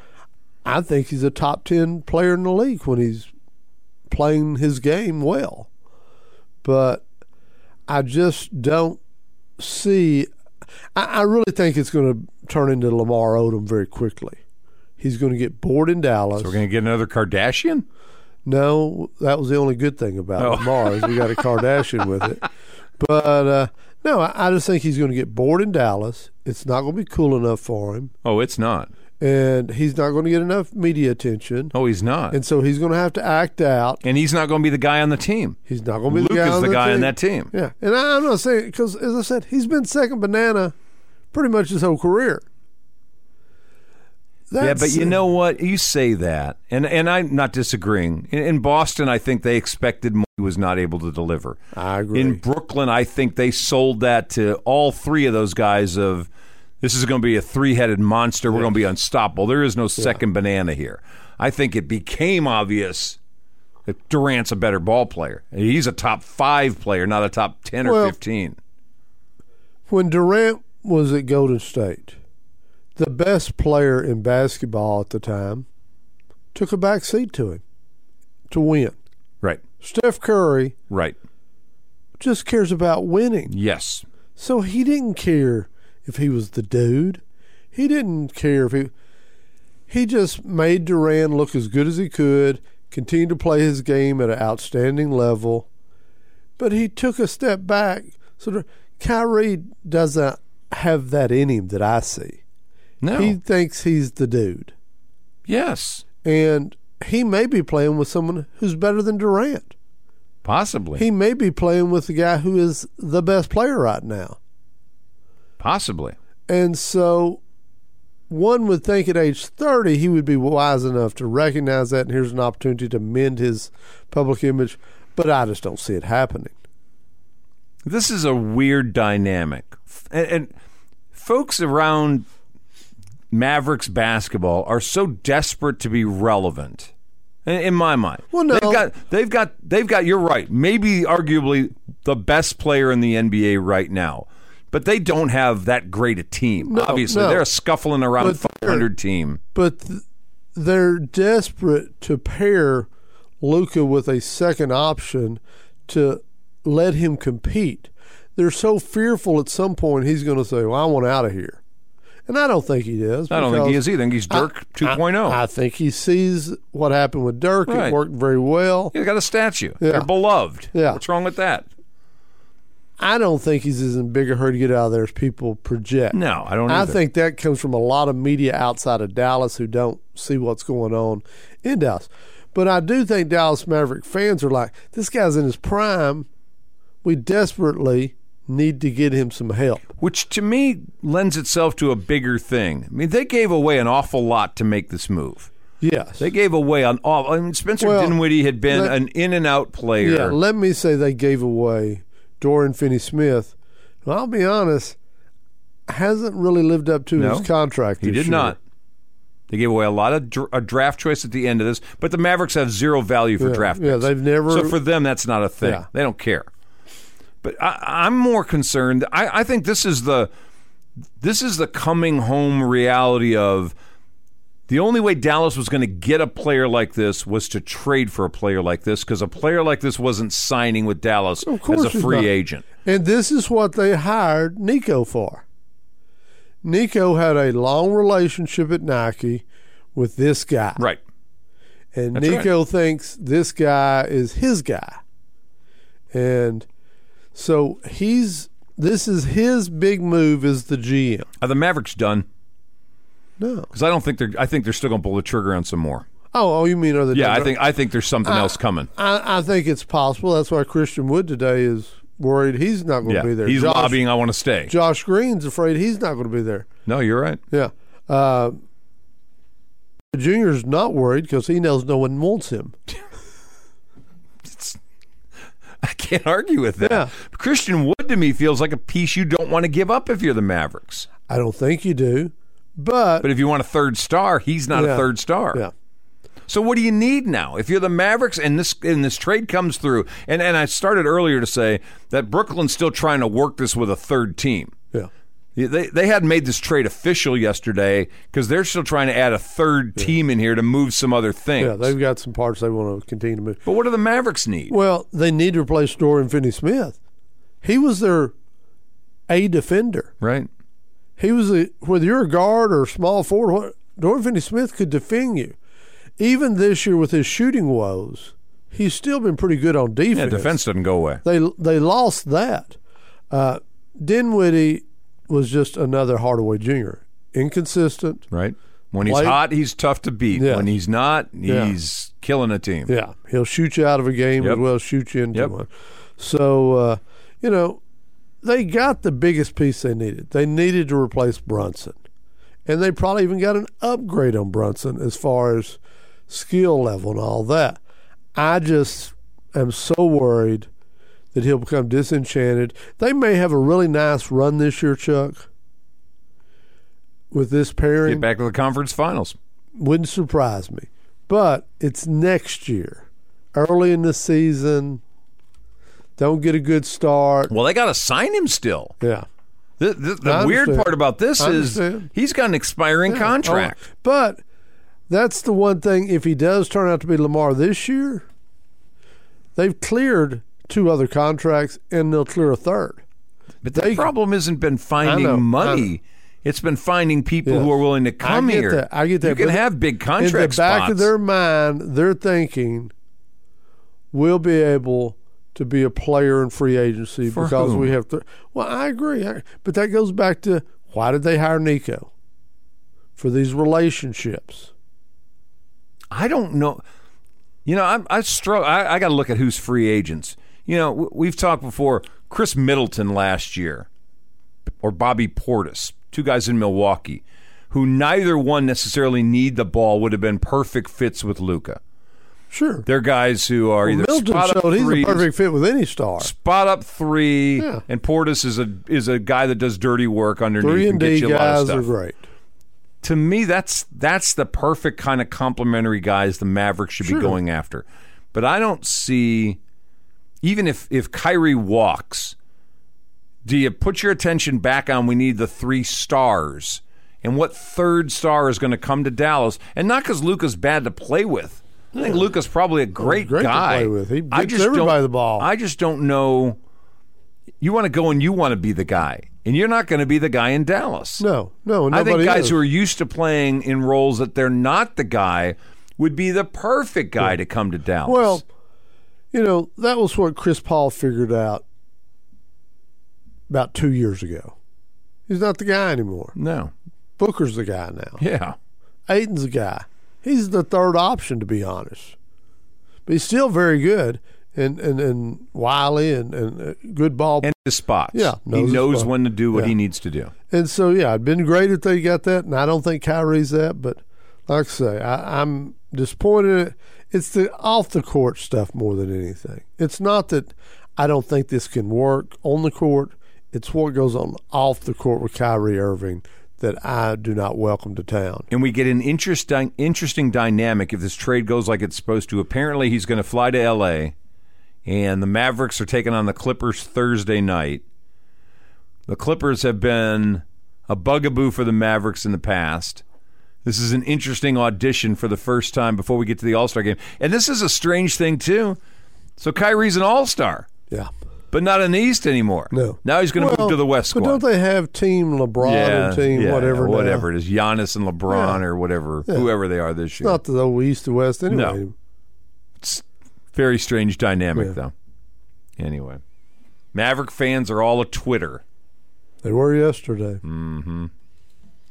Speaker 3: I think he's a top 10 player in the league when he's playing his game well. But I just don't see. I, I really think it's going to turn into Lamar Odom very quickly. He's going to get bored in Dallas.
Speaker 2: We're going to get another Kardashian?
Speaker 3: No, that was the only good thing about
Speaker 2: Oh.
Speaker 3: it. Mars, we got a Kardashian with it. But uh, no, I, I just think he's going to get bored in Dallas. It's not going to be cool enough for him,
Speaker 2: Oh, it's not.
Speaker 3: and he's not going to get enough media attention.
Speaker 2: Oh, he's not.
Speaker 3: And so he's going to have to act out.
Speaker 2: and he's not going to be the guy on the team.
Speaker 3: He's not going to be
Speaker 2: Luke
Speaker 3: the guy
Speaker 2: is
Speaker 3: on
Speaker 2: the
Speaker 3: the
Speaker 2: guy
Speaker 3: team.
Speaker 2: on that team.
Speaker 3: Yeah, and I, I'm not saying because, as I said, he's been second banana pretty much his whole career.
Speaker 2: yeah, but
Speaker 3: That's-
Speaker 2: you know what? You say that, and and I'm not disagreeing. In, in Boston, I think they expected more he was not able to deliver.
Speaker 3: I agree.
Speaker 2: In Brooklyn, I think they sold that to all three of those guys of this is going to be a three-headed monster. We're going to be unstoppable. There is no second banana here. I think it became obvious that Durant's a better ball player. He's a top five player, not a top ten or
Speaker 3: Well-
Speaker 2: fifteen.
Speaker 3: when Durant was at Golden State, the best player in basketball at the time took a back seat to him to win.
Speaker 2: Right.
Speaker 3: Steph Curry
Speaker 2: Right.
Speaker 3: just cares about winning.
Speaker 2: Yes.
Speaker 3: So he didn't care if he was the dude. He didn't care if he he just made Durant look as good as he could, continued to play his game at an outstanding level. But he took a step back. So Dur- Kyrie doesn't have that in him that I see.
Speaker 2: No.
Speaker 3: He thinks he's the dude.
Speaker 2: yes.
Speaker 3: And he may be playing with someone who's better than Durant.
Speaker 2: Possibly.
Speaker 3: He may be playing with the guy who is the best player right now.
Speaker 2: Possibly.
Speaker 3: And so one would think at age 30 he would be wise enough to recognize that and here's an opportunity to mend his public image, but I just don't see it happening.
Speaker 2: this is a weird dynamic and, and folks around mavericks basketball are so desperate to be relevant in, in my mind
Speaker 3: Well, no.
Speaker 2: they've got they've got they've got you're right maybe arguably the best player in the nba right now but they don't have that great a team obviously
Speaker 3: no.
Speaker 2: they're scuffling around
Speaker 3: But
Speaker 2: 500 team
Speaker 3: But th- they're desperate to pair Luca with a second option to let him compete. They're so fearful at some point he's going to say, "Well, I want out of here," and I don't think he does.
Speaker 2: i don't think he
Speaker 3: because
Speaker 2: is either i think he's dirk oh. 2.0
Speaker 3: I think he sees what happened with Dirk.
Speaker 2: Right.
Speaker 3: It worked very well.
Speaker 2: he's got a statue
Speaker 3: Yeah.
Speaker 2: they're beloved
Speaker 3: Yeah.
Speaker 2: what's wrong with that
Speaker 3: I don't think he's as in big a hurry to get out of there as people project.
Speaker 2: no i don't
Speaker 3: I
Speaker 2: either.
Speaker 3: think that comes from a lot of media outside of Dallas who don't see what's going on in Dallas. But I do think Dallas Maverick fans are like, this guy's in his prime. We desperately need to get him some help.
Speaker 2: which to me lends itself to a bigger thing. I mean, they gave away an awful lot to make this move.
Speaker 3: Yes.
Speaker 2: They gave away an awful. I mean, Spencer
Speaker 3: Well,
Speaker 2: Dinwiddie had been
Speaker 3: let-
Speaker 2: an in and out player.
Speaker 3: yeah. Let me say they gave away Dorian Finney Smith. Well, I'll be honest, hasn't really lived up to
Speaker 2: No,
Speaker 3: his contract.
Speaker 2: he
Speaker 3: this
Speaker 2: did
Speaker 3: year.
Speaker 2: not. They gave away a lot of dr- a draft choice at the end of this, but the Mavericks have zero value for
Speaker 3: Yeah,
Speaker 2: draft.
Speaker 3: yeah,
Speaker 2: picks.
Speaker 3: they've never-
Speaker 2: So for them, that's not a thing.
Speaker 3: Yeah.
Speaker 2: They don't care. But I, I'm more concerned. I, I think this is the this is the coming home reality of the only way Dallas was going to get a player like this was to trade for a player like this because a player like this wasn't signing with Dallas
Speaker 3: Of course
Speaker 2: as a
Speaker 3: he's
Speaker 2: free
Speaker 3: not.
Speaker 2: agent.
Speaker 3: And this is what they hired Nico for. Nico had a long relationship at Nike with this guy.
Speaker 2: Right.
Speaker 3: And
Speaker 2: That's
Speaker 3: Nico thinks this guy is his guy. And so he's this is his big move as the GM.
Speaker 2: Are the Mavericks done?
Speaker 3: No.
Speaker 2: Because I don't think they're. I think they're still going to pull the trigger on some more.
Speaker 3: Oh, oh you mean other
Speaker 2: Yeah, I think I think there's
Speaker 3: Ah.
Speaker 2: something else coming.
Speaker 3: I, I think it's possible. That's why Christian Wood today is worried he's not going to
Speaker 2: Yeah,
Speaker 3: be there.
Speaker 2: he's
Speaker 3: Josh,
Speaker 2: lobbying. I want to stay.
Speaker 3: Josh Green's afraid he's not going to be there.
Speaker 2: No, you're right.
Speaker 3: Yeah. Uh, the junior's not worried because he knows no one wants him.
Speaker 2: I can't argue with that.
Speaker 3: Yeah.
Speaker 2: Christian Wood to me feels like a piece you don't want to give up if you're the Mavericks.
Speaker 3: I don't think you do, but,
Speaker 2: But if you want a third star, he's not a
Speaker 3: Yeah.
Speaker 2: third star.
Speaker 3: yeah,
Speaker 2: So what do you need now? If you're the Mavericks and this and this trade comes through, and, and I started earlier to say that Brooklyn's still trying to work this with a third team.
Speaker 3: yeah.
Speaker 2: They, they hadn't made this trade official yesterday because they're still trying to add a third team in here to move some other things.
Speaker 3: Yeah, they've got some parts they want to continue to move.
Speaker 2: but what do the Mavericks need?
Speaker 3: Well, they need to replace Dorian Finney Smith. He was their A defender.
Speaker 2: right?
Speaker 3: He was a, whether you're a guard or a small forward, what, Dorian Finney Smith could defend you. Even this year with his shooting woes, he's still been pretty good on defense.
Speaker 2: Yeah, defense doesn't go away.
Speaker 3: They they lost that. Uh, Dinwiddie was just another Hardaway Jr. Inconsistent.
Speaker 2: Right. When he's
Speaker 3: Like-
Speaker 2: hot, he's tough to beat.
Speaker 3: Yeah.
Speaker 2: When he's not,
Speaker 3: Yeah.
Speaker 2: he's killing a team.
Speaker 3: Yeah, he'll shoot you out of a game
Speaker 2: Yep.
Speaker 3: as well as shoot you into
Speaker 2: Yep.
Speaker 3: one. So uh, you know, they got the biggest piece they needed. They needed to replace Brunson, and they probably even got an upgrade on Brunson as far as skill level and all that. I just am so worried that he'll become disenchanted. They may have a really nice run this year, Chuck. With this pairing,
Speaker 2: Get back to the conference finals.
Speaker 3: wouldn't surprise me. But it's next year, early in the season. Don't get a good start.
Speaker 2: Well, they got to sign him still.
Speaker 3: Yeah,
Speaker 2: The, the,
Speaker 3: I
Speaker 2: the weird
Speaker 3: understand.
Speaker 2: part about this
Speaker 3: I
Speaker 2: is
Speaker 3: understand.
Speaker 2: he's got an expiring contract.
Speaker 3: Oh, but that's the one thing. If he does turn out to be Lamar this year, they've cleared two other contracts, and they'll clear a third.
Speaker 2: But the problem hasn't been finding
Speaker 3: Oh, I know, I
Speaker 2: money. It's been finding people
Speaker 3: Yeah.
Speaker 2: who are willing to come
Speaker 3: I get
Speaker 2: here.
Speaker 3: that. I get that.
Speaker 2: You can
Speaker 3: But
Speaker 2: have big contract
Speaker 3: In the back
Speaker 2: spots.
Speaker 3: of their mind, they're thinking we'll be able to be a player in free agency
Speaker 2: For
Speaker 3: because we
Speaker 2: whom?
Speaker 3: have. Th- well, I agree, I, but that goes back to why did they hire Nico for these relationships?
Speaker 2: I don't know. You know, I'm, I struggle. I, I got to look at who's free agents. You know, w- we've talked before. Chris Middleton last year, or Bobby Portis, two guys in Milwaukee, who neither one necessarily need the ball would have been perfect fits with Luca.
Speaker 3: Sure,
Speaker 2: They're guys who are either
Speaker 3: Milton
Speaker 2: spot up
Speaker 3: showed he's a
Speaker 2: threes-
Speaker 3: perfect fit with any star.
Speaker 2: spot up three,
Speaker 3: Yeah.
Speaker 2: and Portis is a is a guy that does dirty work underneath
Speaker 3: Three and
Speaker 2: get
Speaker 3: D
Speaker 2: you a lot of
Speaker 3: guys
Speaker 2: stuff.
Speaker 3: are great.
Speaker 2: To me, that's that's the perfect kind of complementary guys the Mavericks should be going after. But I don't see, even if if Kyrie walks, do you put your attention back on we need the three stars? And what third star is going to come to Dallas? And not because Luca's bad to play with. I think Luca's probably a great,
Speaker 3: great to
Speaker 2: guy.
Speaker 3: play with. He
Speaker 2: I
Speaker 3: gets
Speaker 2: just
Speaker 3: everybody
Speaker 2: don't,
Speaker 3: the ball.
Speaker 2: I just don't know. You want to go and you want to be the guy, and you're not going to be the guy in Dallas.
Speaker 3: No, no,
Speaker 2: I
Speaker 3: nobody
Speaker 2: think guys
Speaker 3: is.
Speaker 2: who are used to playing in roles that they're not the guy would be the perfect guy to come to Dallas.
Speaker 3: Well, you know, that was what Chris Paul figured out about two years ago. He's not the guy anymore.
Speaker 2: no,
Speaker 3: Booker's the guy now.
Speaker 2: yeah,
Speaker 3: Aiden's the guy. He's the third option, to be honest. But he's still very good and, and, and wily and, and uh, good ball.
Speaker 2: and his spots.
Speaker 3: Yeah,
Speaker 2: he
Speaker 3: knows his
Speaker 2: knows
Speaker 3: spot.
Speaker 2: when to do what
Speaker 3: Yeah.
Speaker 2: he needs to do.
Speaker 3: And so, yeah, it'd been great if they got that, and I don't think Kyrie's that. But like I say, I, I'm disappointed. It's the off the court stuff more than anything. It's not that I don't think this can work on the court. It's what goes on off the court with Kyrie Irving that I do not welcome to town.
Speaker 2: and we get an interesting interesting dynamic if this trade goes like it's supposed to. Apparently, he's going to fly to L.A. and the Mavericks are taking on the Clippers Thursday night. The Clippers have been a bugaboo for the Mavericks in the past. This is an interesting audition for the first time before we get to the All Star game, and this is a strange thing too. So Kyrie's an All Star,
Speaker 3: Yeah,
Speaker 2: but not in the East anymore.
Speaker 3: no.
Speaker 2: now he's going to
Speaker 3: Well,
Speaker 2: move to the West
Speaker 3: But
Speaker 2: squad.
Speaker 3: don't they have Team LeBron
Speaker 2: yeah,
Speaker 3: and Team
Speaker 2: yeah,
Speaker 3: whatever?
Speaker 2: whatever
Speaker 3: Now?
Speaker 2: it is, Giannis and LeBron
Speaker 3: Yeah.
Speaker 2: or whatever, whoever they are this year.
Speaker 3: Not the old East to West anyway.
Speaker 2: No. Very strange dynamic,
Speaker 3: Yeah.
Speaker 2: though. Anyway, Maverick fans are all a Twitter.
Speaker 3: They were yesterday.
Speaker 2: Mm.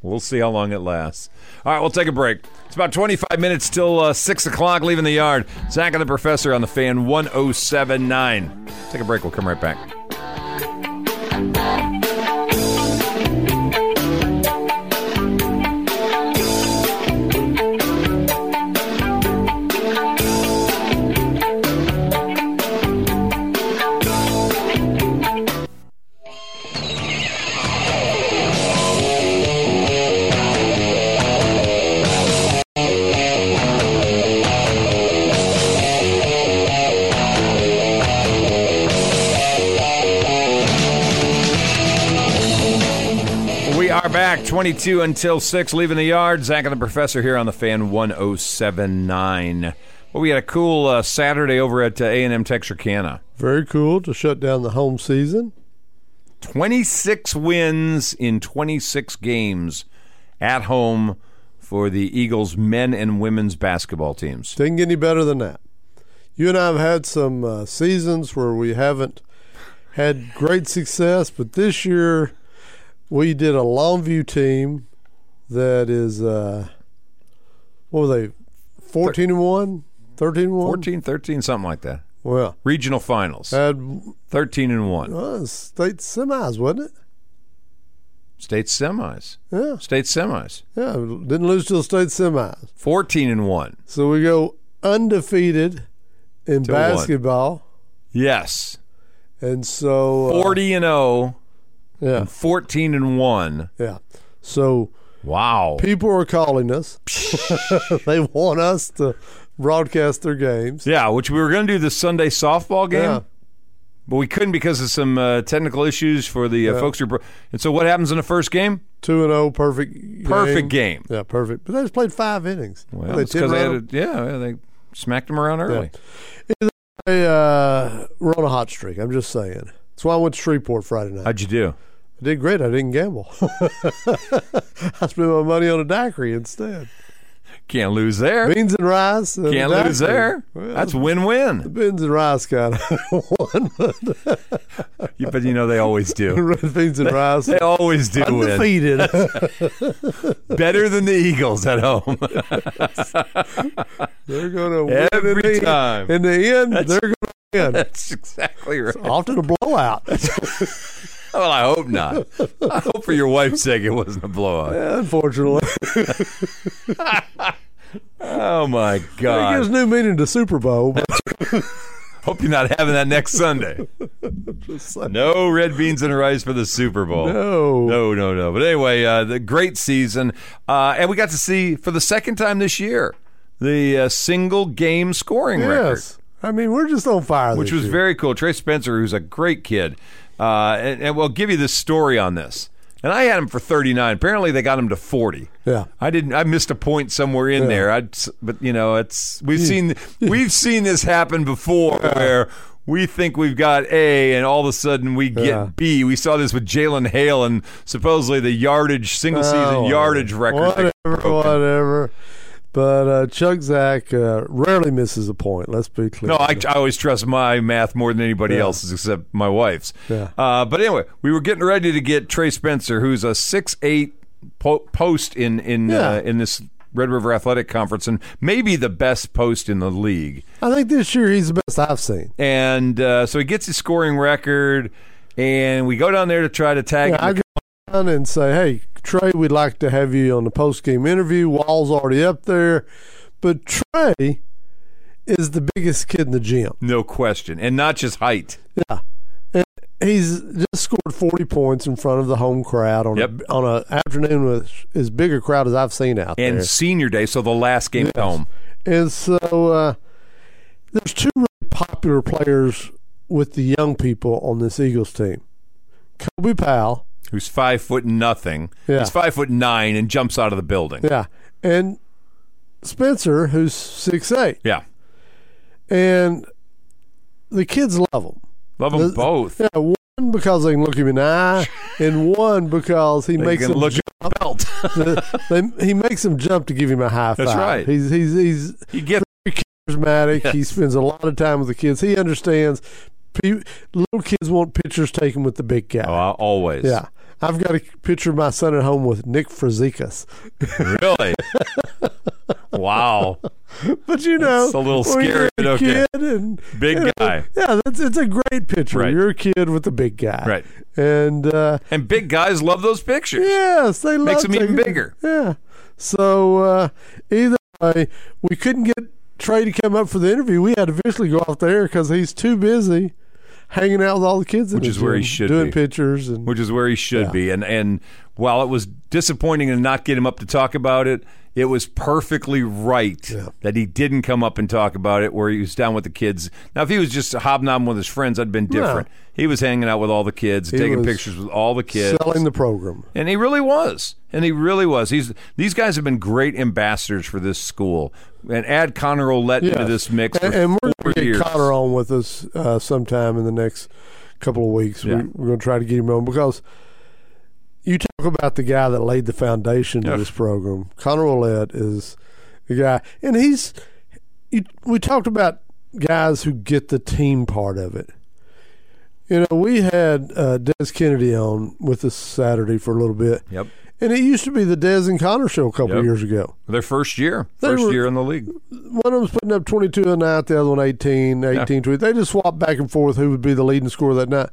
Speaker 2: We'll see how long it lasts. All right, we'll take a break. It's about 25 minutes till uh, 6 o'clock, leaving the yard. Zach and the professor on the fan 1079. Take a break. We'll come right back. We are back 22 until 6, leaving the yard. Zach and the professor here on the fan 1079. Well, we had a cool uh, Saturday over at uh, A&M Texarkana.
Speaker 3: Very cool to shut down the home season.
Speaker 2: 26 wins in 26 games at home for the Eagles men and women's basketball teams.
Speaker 3: Didn't get any better than that. you and I have had some uh, seasons where we haven't had great success, but this year we did a Longview team that is uh, what were they, fourteen and one, thirteen and one,
Speaker 2: 14, 13, something like that.
Speaker 3: Well,
Speaker 2: Regional finals,
Speaker 3: had
Speaker 2: thirteen and one.
Speaker 3: uh, state semis, wasn't it?
Speaker 2: State semis,
Speaker 3: Yeah,
Speaker 2: state semis,
Speaker 3: yeah. Didn't lose to the state semis,
Speaker 2: fourteen and one.
Speaker 3: so we go undefeated in
Speaker 2: To one.
Speaker 3: basketball,
Speaker 2: Yes,
Speaker 3: and so uh,
Speaker 2: forty and 0,
Speaker 3: Yeah,
Speaker 2: 14 and one.
Speaker 3: yeah. So
Speaker 2: Wow.
Speaker 3: people are calling us. they want us to broadcast their games.
Speaker 2: Yeah, which we were going to do the Sunday softball game,
Speaker 3: Yeah.
Speaker 2: but we couldn't because of some uh, technical issues for the uh, folks who. Bro- and so, what happens in the first game?
Speaker 3: Two and zero, perfect, game.
Speaker 2: Perfect game.
Speaker 3: Yeah, perfect. But they just played five innings.
Speaker 2: Well,
Speaker 3: they
Speaker 2: it's because they had
Speaker 3: ran
Speaker 2: a, yeah, yeah, they smacked them around early.
Speaker 3: They, uh, we're on a hot streak. I'm just saying. That's why I went to Shreveport Friday night.
Speaker 2: How'd you do?
Speaker 3: I did great. I didn't gamble. I spent my money on a daiquiri instead.
Speaker 2: Can't lose there.
Speaker 3: Beans and rice. and a
Speaker 2: Can't lose
Speaker 3: daiquiri.
Speaker 2: there.
Speaker 3: Well,
Speaker 2: That's win-win.
Speaker 3: beans and rice kind of one, but
Speaker 2: You- but you know they always do.
Speaker 3: red beans and rice.
Speaker 2: They always do win.
Speaker 3: Undefeated.
Speaker 2: Better than the Eagles at home.
Speaker 3: they're going to win in
Speaker 2: Every
Speaker 3: the-
Speaker 2: time.
Speaker 3: In the end, they're going to win.
Speaker 2: That's exactly right.
Speaker 3: Often a blowout.
Speaker 2: Well, I hope not. I hope for your wife's sake it wasn't a blowout.
Speaker 3: Unfortunately,
Speaker 2: Oh my
Speaker 3: it gives
Speaker 2: God!
Speaker 3: new meaning to Super Bowl. But
Speaker 2: Hope you're not having that next Sunday. No red beans and rice for the Super Bowl.
Speaker 3: no,
Speaker 2: No, no, no. But anyway, uh, the great season, uh, and we got to see for the second time this year the uh, single game scoring record,
Speaker 3: yes. I mean, we're just on fire.
Speaker 2: which
Speaker 3: this
Speaker 2: was
Speaker 3: year.
Speaker 2: very cool. Trey Spencer, who's a great kid, uh, and, and we'll give you this story on this. And I had him for thirty nine. Apparently, they got him to forty.
Speaker 3: Yeah.
Speaker 2: I didn't. I missed a point somewhere in there. I, but you know, it's we've
Speaker 3: Hmm.
Speaker 2: seen we've seen this happen before where we think we've got A, and all of a sudden we get
Speaker 3: Yeah.
Speaker 2: B. We saw this with Jalen Hale and supposedly the yardage single season
Speaker 3: Oh,
Speaker 2: yardage record.
Speaker 3: Whatever,
Speaker 2: that got broken.
Speaker 3: whatever. But uh, Chuck Zach uh, rarely misses a point. Let's be clear.
Speaker 2: No, I, I always trust my math more than anybody else's except my wife's.
Speaker 3: Yeah.
Speaker 2: Uh, but anyway, we were getting ready to get Trey Spencer, who's a six eight po- post in in uh,
Speaker 3: Yeah.
Speaker 2: in this Red River Athletic Conference, and maybe the best post in the league.
Speaker 3: I think this year he's the best I've seen.
Speaker 2: And uh, so he gets his scoring record, and we go down there to try to tag
Speaker 3: Yeah, I
Speaker 2: him.
Speaker 3: go down and say, hey, Trey, we'd like to have you on the post game interview. Wall's already up there, but Trey is the biggest kid in the gym.
Speaker 2: no question, and not just height.
Speaker 3: He's just scored forty points in front of the home crowd on
Speaker 2: Yep.
Speaker 3: a, on an afternoon with as big a crowd as I've seen out
Speaker 2: And senior day, so the last game at home.
Speaker 3: there. And so uh, there's two really popular players with the young people on this Eagles team. Kobe Powell
Speaker 2: Who's five foot nothing?
Speaker 3: Yeah.
Speaker 2: He's five foot nine and jumps out of the building.
Speaker 3: Yeah. And Spencer, who's six eight,
Speaker 2: yeah.
Speaker 3: and the kids love him.
Speaker 2: Love them
Speaker 3: The-
Speaker 2: both.
Speaker 3: Yeah, one because they can look him in the eye, and one because he
Speaker 2: They
Speaker 3: makes
Speaker 2: can
Speaker 3: them
Speaker 2: look
Speaker 3: jump.
Speaker 2: at the belt.
Speaker 3: they, he makes them jump to give him a high five.
Speaker 2: That's right.
Speaker 3: He's he's he's
Speaker 2: You get
Speaker 3: charismatic. He
Speaker 2: Yes.
Speaker 3: spends a lot of time with the kids. He understands. Pe- little kids want pictures taken with the big guy.
Speaker 2: oh, I- always.
Speaker 3: yeah. I've got a picture of my son at home with Nick Frazikas.
Speaker 2: Really. wow.
Speaker 3: But you know,
Speaker 2: It's a little
Speaker 3: when you're
Speaker 2: scary, but
Speaker 3: a
Speaker 2: okay.
Speaker 3: kid and
Speaker 2: Big
Speaker 3: you know,
Speaker 2: guy.
Speaker 3: Yeah, that's it's a great picture.
Speaker 2: Right.
Speaker 3: You're a kid with a big guy,
Speaker 2: Right.
Speaker 3: And uh,
Speaker 2: And big guys love those pictures.
Speaker 3: yes, they
Speaker 2: Makes
Speaker 3: love
Speaker 2: them even
Speaker 3: taking-
Speaker 2: bigger.
Speaker 3: Yeah. So uh, either way, we couldn't get Trey to come up for the interview. We had to eventually go out there because he's too busy hanging out with all the kids, in
Speaker 2: Which
Speaker 3: the
Speaker 2: is where he
Speaker 3: gym,
Speaker 2: should
Speaker 3: doing
Speaker 2: be.
Speaker 3: pictures and
Speaker 2: Which is where he should
Speaker 3: Yeah.
Speaker 2: be. And and while it was disappointing to not get him up to talk about it, it was perfectly right that he didn't come up and talk about it where he was down with the kids. Now if he was just hobnobbing with his friends, I'd been different. He was hanging out with all the kids, taking
Speaker 3: was
Speaker 2: pictures with all the kids.
Speaker 3: selling the program.
Speaker 2: And he really was. And he really was. He's these guys have been great ambassadors for this school. And add Connor Olette into
Speaker 3: Yes.
Speaker 2: this mix.
Speaker 3: And,
Speaker 2: for
Speaker 3: and we're
Speaker 2: four
Speaker 3: going to get
Speaker 2: years.
Speaker 3: Connor on with us uh, sometime in the next couple of weeks.
Speaker 2: Yeah.
Speaker 3: We, we're going to try to get him on because you talk about the guy that laid the foundation to
Speaker 2: Yes.
Speaker 3: this program. Connor Ouellette is the guy, and he's. You, we talked about guys who get the team part of it. You know, we had uh, Des Kennedy on with us Saturday for a little bit.
Speaker 2: Yep.
Speaker 3: And it used to be the Des and Connor show a couple
Speaker 2: Yep.
Speaker 3: years ago.
Speaker 2: Their first year,
Speaker 3: They
Speaker 2: first
Speaker 3: were-
Speaker 2: year in the league.
Speaker 3: One of them's putting up 22 a night, the other one 18, 18, 20. They just swapped back and forth who would be the leading scorer that night.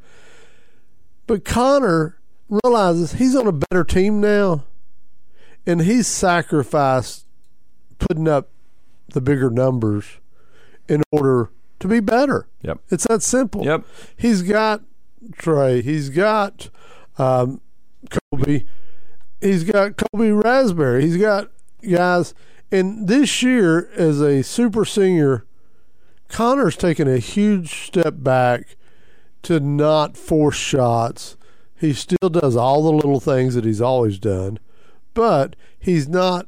Speaker 3: But Connor realizes he's on a better team now, and he's sacrificed putting up the bigger numbers in order to be better.
Speaker 2: Yep.
Speaker 3: It's that simple.
Speaker 2: Yep.
Speaker 3: He's got Trey. He's got um, Kobe. He's got Kobe Raspberry. He's got guys. And this year, as a super senior, Connor's taken a huge step back to not force shots. He still does all the little things that he's always done, but he's not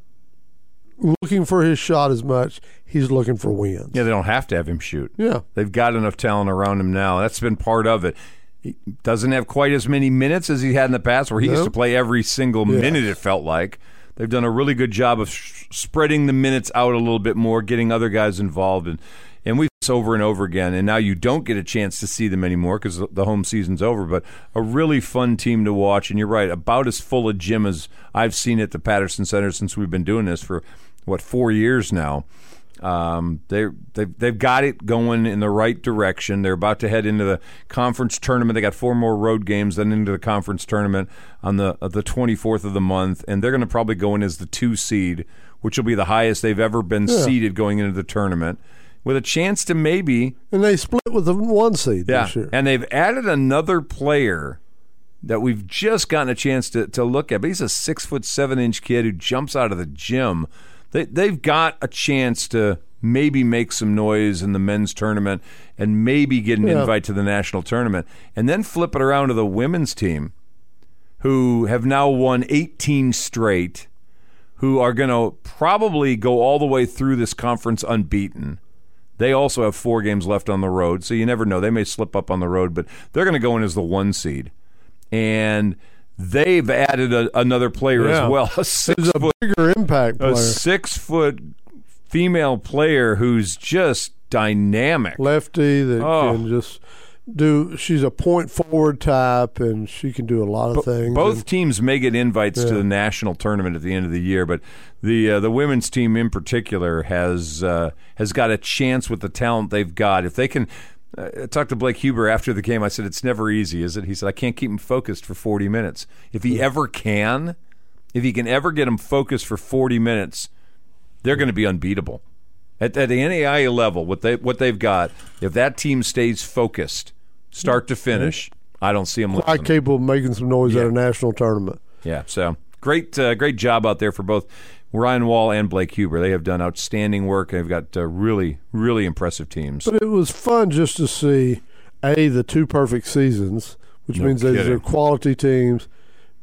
Speaker 3: looking for his shot as much. He's looking for wins.
Speaker 2: Yeah, they don't have to have him shoot.
Speaker 3: Yeah.
Speaker 2: They've got enough talent around him now. That's been part of it. He doesn't have quite as many minutes as he had in the past, where he used to
Speaker 3: Nope.
Speaker 2: play every single
Speaker 3: Yeah.
Speaker 2: minute, it felt like. They've done a really good job of s spreading the minutes out a little bit more, getting other guys involved. And, and we've seen this over and over again. And now you don't get a chance to see them anymore because the home season's over. But a really fun team to watch. And you're right, about as full of gym as I've seen at the Patterson Center since we've been doing this for, what, four years now. Um, they they've they've got it going in the right direction. They're about to head into the conference tournament. They got four more road games, then into the conference tournament on the uh, the twenty fourth of the month, and they're going to probably go in as the two seed, which will be the highest they've ever been seeded going into the tournament, with a chance to maybe
Speaker 3: And they split with the one seed
Speaker 2: yeah.
Speaker 3: this year.
Speaker 2: And they've added another player that we've just gotten a chance to, to look at. But he's a six foot seven inch kid who jumps out of the gym. They they've got a chance to maybe make some noise in the men's tournament and maybe get an
Speaker 3: Yeah.
Speaker 2: invite to the national tournament. And then flip it around to the women's team who have now won 18 straight, who are going to probably go all the way through this conference unbeaten. They also have four games left on the road, so you never know. They may slip up on the road, but they're going to go in as the one seed. And they've added a, another player
Speaker 3: Yeah.
Speaker 2: as well, a six
Speaker 3: There's a
Speaker 2: foot
Speaker 3: bigger impact player.
Speaker 2: a six foot female player who's just dynamic.
Speaker 3: lefty that
Speaker 2: Oh.
Speaker 3: can just do. She's a point forward type, and she can do a lot of things.
Speaker 2: Both teams may get invites to the national tournament at the end of the year, but the uh, the women's team in particular has uh, has got a chance with the talent they've got. If they can, uh, I talked to Blake Huber after the game. I said, "It's never easy, is it?" He said, "I can't keep him focused for 40 minutes. If he ever can, if he can ever get him focused for 40 minutes, they're going to be unbeatable." At, at the NAIA level, what they what they've got, if that team stays focused, start to finish, I don't see them.
Speaker 3: and quite capable of making some noise at a national tournament.
Speaker 2: Yeah. So great, uh, great job out there for both Ryan Wall and Blake Huber. They have done outstanding work. and They've got uh, really, really impressive teams.
Speaker 3: But it was fun just to see a the two perfect seasons, which means these
Speaker 2: kidding.
Speaker 3: are quality teams.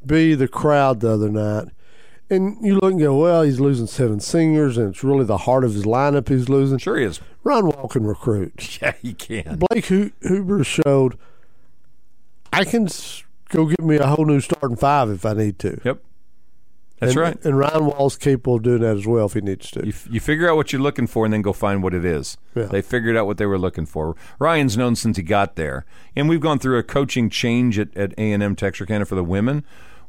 Speaker 3: B the crowd the other night, and you look and go, well, he's losing seven singers, and it's really the heart of his lineup he's losing.
Speaker 2: Sure he is.
Speaker 3: Ron Wall can recruit.
Speaker 2: Yeah, he can.
Speaker 3: Blake Hu- Huber showed I can s- go get me a whole new starting five if I need to.
Speaker 2: Yep. That's
Speaker 3: and,
Speaker 2: right.
Speaker 3: And Ryan Wall's capable of doing that as well if he needs to.
Speaker 2: You, f- you figure out what you're looking for and then go find what it is.
Speaker 3: Yeah.
Speaker 2: They figured out what they were looking for. Ryan's known since he got there. And we've gone through a coaching change at, at A&M Texarkana for the women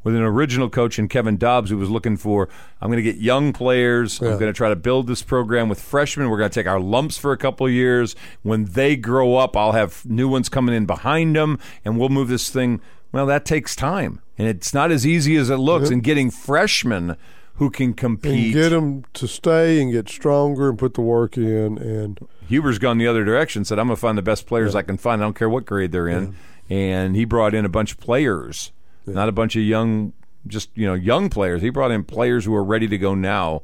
Speaker 2: with an original coach in Kevin Dobbs who was looking for, I'm going to get young players. I'm going to try to build this program with freshmen. We're going to take our lumps for a couple of years. When they grow up, I'll have new ones coming in behind them and we'll move this thing. Well, that takes time. And it's not as easy as it looks. And getting freshmen who can
Speaker 3: and
Speaker 2: compete
Speaker 3: get him to stay and get stronger and put the work in. And
Speaker 2: Huber's gone the other direction. Said I'm going to find the best players I can find. I don't care what grade they're in. And he brought in a bunch of players, not a bunch of young, just you know, young players. He brought in players who are ready to go now.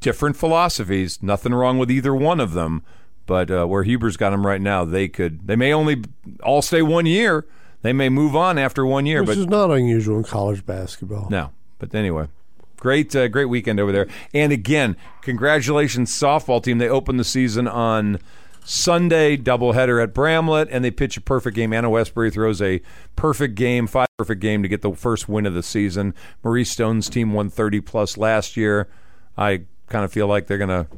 Speaker 2: Different philosophies. Nothing wrong with either one of them. But uh, where Huber's got them right now, they could. They may only all stay one year. They may move on after one year.
Speaker 3: which
Speaker 2: but
Speaker 3: is not unusual in college basketball.
Speaker 2: no, but anyway, great, uh, great weekend over there. And again, congratulations, softball team. They open the season on Sunday, doubleheader at Bramlett, and they pitch a perfect game. Anna Westbury throws a perfect game, five perfect game to get the first win of the season. Marie Stone's team won thirty plus last year. I kind of feel like they're going to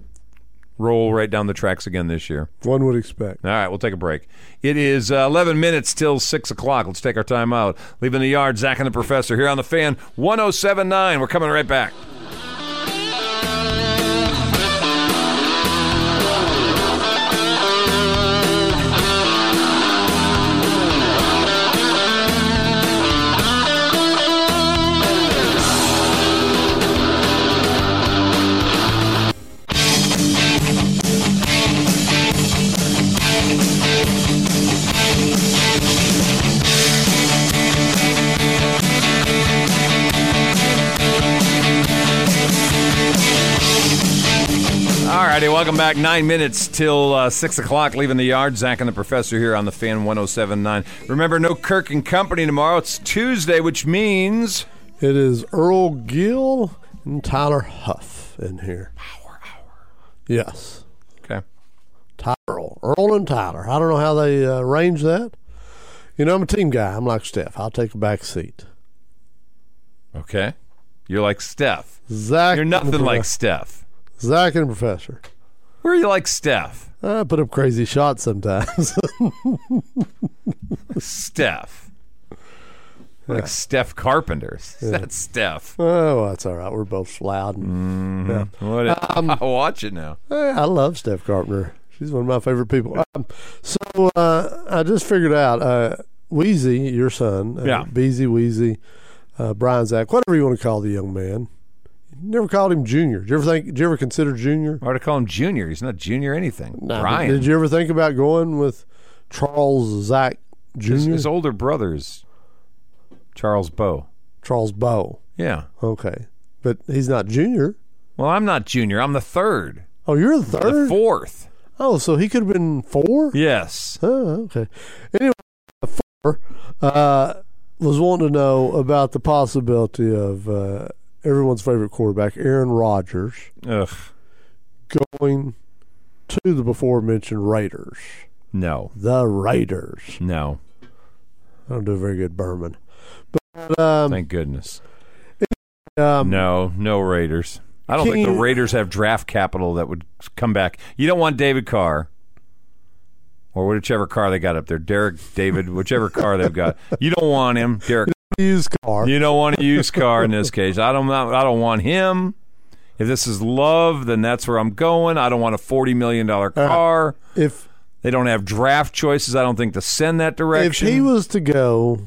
Speaker 2: roll right down the tracks again this year.
Speaker 3: One would expect.
Speaker 2: All right, we'll take a break. It is uh, 11 minutes till 6 o'clock. Let's take our time out. Leaving the yard, Zach and the professor here on the fan 1079. We're coming right back. All righty, welcome back. Nine minutes till uh, six o'clock, leaving the yard. Zach and the professor here on the fan 1079. Remember, no Kirk and Company tomorrow. It's Tuesday, which means
Speaker 3: It is Earl Gill and Tyler Huff in here. Power hour. Yes.
Speaker 2: okay.
Speaker 3: Earl. Earl and Tyler. I don't know how they uh, arrange that. You know, I'm a team guy. I'm like Steph. I'll take a back seat.
Speaker 2: Okay, you're like Steph.
Speaker 3: Zach.
Speaker 2: You're nothing
Speaker 3: and
Speaker 2: like Steph.
Speaker 3: Zach and Professor.
Speaker 2: Where are you like Steph?
Speaker 3: I put up crazy shots sometimes.
Speaker 2: Steph. Like Steph Carpenter. That's Steph.
Speaker 3: oh, that's all right. We're both loud.
Speaker 2: Mm.
Speaker 3: And, yeah.
Speaker 2: What? A, I watch it now.
Speaker 3: Eh, I love Steph Carpenter. She's one of my favorite people. Um, so uh, I just figured out uh, Wheezy, your son, uh,
Speaker 2: Yeah.
Speaker 3: Beezy Wheezy, uh, Brian Zach, whatever you want to call the young man. Never called him Junior. Did you ever think? Did you ever consider Junior?
Speaker 2: I would have called him Junior. He's not Junior anything. Brian.
Speaker 3: Did you ever think about going with Charles Zach
Speaker 2: his,
Speaker 3: Junior?
Speaker 2: his older brother's Charles Bow.
Speaker 3: Charles Bow.
Speaker 2: Yeah.
Speaker 3: Okay, but he's not Junior.
Speaker 2: Well, I'm not Junior. I'm the third.
Speaker 3: Oh, you're the third.
Speaker 2: The fourth.
Speaker 3: Oh, so he could have been four.
Speaker 2: Yes.
Speaker 3: Oh, okay. Anyway, four uh, was wanting to know about the possibility of uh, everyone's favorite quarterback, Aaron Rodgers,
Speaker 2: Ugh.
Speaker 3: going to the before mentioned Raiders.
Speaker 2: No.
Speaker 3: The Raiders.
Speaker 2: No.
Speaker 3: I don't do very good, Berman. But um,
Speaker 2: Thank goodness.
Speaker 3: um,
Speaker 2: No. No Raiders. I don't think the
Speaker 3: King-
Speaker 2: Raiders have draft capital that would come back. You don't want David Carr. Or whichever car they got up there, Derek, David, whichever car they've got, you don't want him, Derek.
Speaker 3: used car.
Speaker 2: You don't want a used car in this case. I don't. I don't want him. If this is love, then that's where I'm going. I don't want a forty million dollar
Speaker 3: Uh-huh.
Speaker 2: car.
Speaker 3: If
Speaker 2: They don't have draft choices. I don't think to send that
Speaker 3: if
Speaker 2: direction.
Speaker 3: he was to go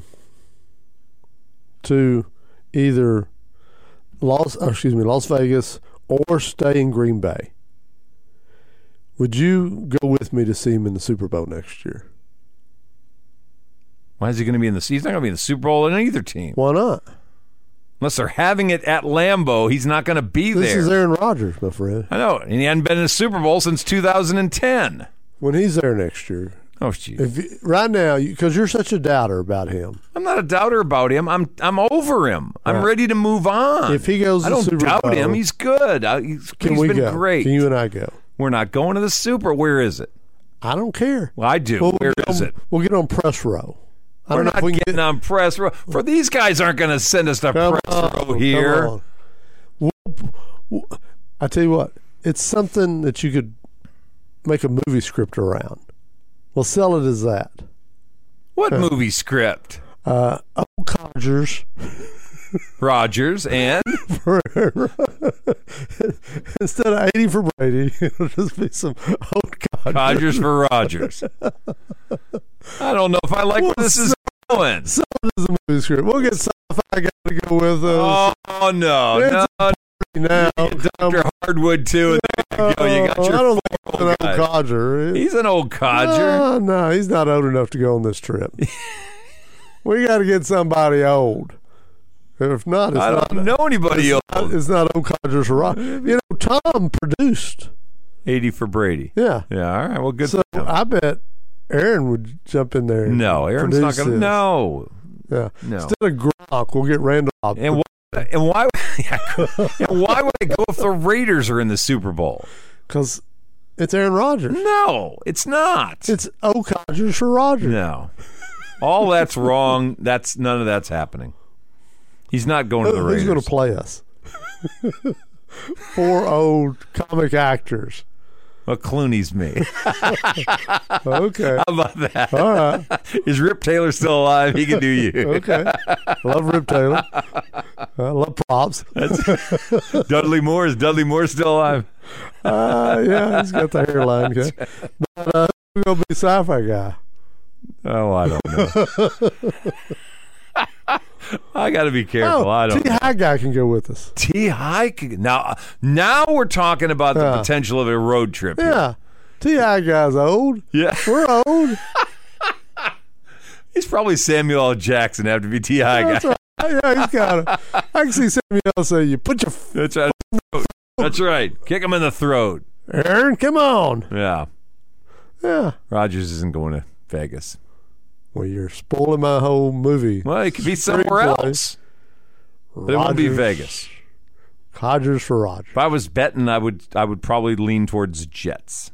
Speaker 3: to either Las, or excuse me, Las Vegas or stay in Green Bay, would you go with me to see him in the Super Bowl next year?
Speaker 2: Why is he going to be in the? He's not going to be in the Super Bowl in either team
Speaker 3: Why not?
Speaker 2: unless they're having it at Lambeau. He's not going to be
Speaker 3: This
Speaker 2: there.
Speaker 3: is Aaron Rodgers, my friend.
Speaker 2: I know, and he hadn't been in a Super Bowl since 2010.
Speaker 3: When he's there next year,
Speaker 2: Oh, jeez.
Speaker 3: if you, right now, because you, are such a doubter about him,
Speaker 2: I'm not a doubter about him. I'm I'm over him. I'm ready to move on.
Speaker 3: If he goes
Speaker 2: I
Speaker 3: to
Speaker 2: don't
Speaker 3: Super
Speaker 2: doubt
Speaker 3: Bowl,
Speaker 2: him. He's good. I, he's
Speaker 3: can
Speaker 2: he's
Speaker 3: we
Speaker 2: been
Speaker 3: go?
Speaker 2: great.
Speaker 3: Can you and I go?
Speaker 2: We're not going to the Super. Where is it?
Speaker 3: I don't care.
Speaker 2: Well, I do.
Speaker 3: Well,
Speaker 2: Where
Speaker 3: we'll get
Speaker 2: is
Speaker 3: on-
Speaker 2: it?
Speaker 3: We'll get on press row. I
Speaker 2: We're
Speaker 3: don't know
Speaker 2: not
Speaker 3: if we can
Speaker 2: getting on press row. For these guys aren't going to send us to
Speaker 3: Come
Speaker 2: press
Speaker 3: on,
Speaker 2: row
Speaker 3: come
Speaker 2: here.
Speaker 3: on. We'll- we'll- I tell you what, it's something that you could make a movie script around. We'll sell it as that.
Speaker 2: What movie script?
Speaker 3: Uh, old codgers
Speaker 2: Rogers and
Speaker 3: for instead of eighty for Brady, it'll just be some old codgers.
Speaker 2: Rogers for Rogers. I don't know if I like where this is going.
Speaker 3: Sell it as a movie script. We'll get sci-fi guy to go with us
Speaker 2: Oh no,
Speaker 3: It's-
Speaker 2: no,
Speaker 3: now. Uh,
Speaker 2: Doctor Hardwood too. There you go. You got
Speaker 3: I
Speaker 2: your.
Speaker 3: don't think
Speaker 2: old
Speaker 3: an
Speaker 2: guy.
Speaker 3: old codger.
Speaker 2: He's an old codger.
Speaker 3: No, no, he's not old enough to go on this trip. we got to get somebody old. If not, it's
Speaker 2: I
Speaker 3: not.
Speaker 2: don't know anybody
Speaker 3: it's
Speaker 2: old.
Speaker 3: not- it's not old Codgers Rock. You know, Tom produced.
Speaker 2: Eighty for Brady.
Speaker 3: Yeah.
Speaker 2: Yeah. All right. Well, good.
Speaker 3: So
Speaker 2: for him.
Speaker 3: I bet Aaron would jump in there. and
Speaker 2: no, Aaron's not
Speaker 3: produce
Speaker 2: going to.
Speaker 3: this.
Speaker 2: No.
Speaker 3: Yeah.
Speaker 2: No.
Speaker 3: Instead of Gronk, we'll get Randolph.
Speaker 2: And why, and why yeah, and why would I go if the Raiders are in the Super Bowl?
Speaker 3: Because it's Aaron Rodgers.
Speaker 2: No, it's not.
Speaker 3: It's old Codgers for Rodgers.
Speaker 2: no. All that's wrong. That's none of that's happening. He's not going to the
Speaker 3: Who- who's
Speaker 2: Raiders.
Speaker 3: going to play us? Four old comic actors.
Speaker 2: Well, Clooney's me.
Speaker 3: Okay.
Speaker 2: How about that?
Speaker 3: All right.
Speaker 2: Is Rip Taylor still alive? He can do you.
Speaker 3: Okay. love Rip Taylor. I love props.
Speaker 2: Dudley Moore is Dudley Moore still alive?
Speaker 3: Uh, yeah, he's got the hairline. Okay. But uh, we're going to be sci fi guy.
Speaker 2: Oh, I don't know. I got to be careful. I don't.
Speaker 3: Oh, T High guy can go with us.
Speaker 2: T high now. Now we're talking about the
Speaker 3: Yeah.
Speaker 2: potential of a road trip. here.
Speaker 3: Yeah. T High guy's old.
Speaker 2: yeah.
Speaker 3: We're old.
Speaker 2: He's probably Samuel L. Jackson after be T high guy.
Speaker 3: That's right. Yeah, he's got it. I can see Samuel say, "You put your f-
Speaker 2: That's right. That's right. Kick him in the throat.
Speaker 3: Aaron, come on."
Speaker 2: Yeah.
Speaker 3: Yeah.
Speaker 2: Rogers isn't going to Vegas.
Speaker 3: Well, you're spoiling my whole movie.
Speaker 2: Well, it could be somewhere
Speaker 3: Screenplay.
Speaker 2: else, but it won't be
Speaker 3: Rodgers-
Speaker 2: Vegas.
Speaker 3: Rodgers for Rodgers.
Speaker 2: If I was betting, I would I would probably lean towards Jets.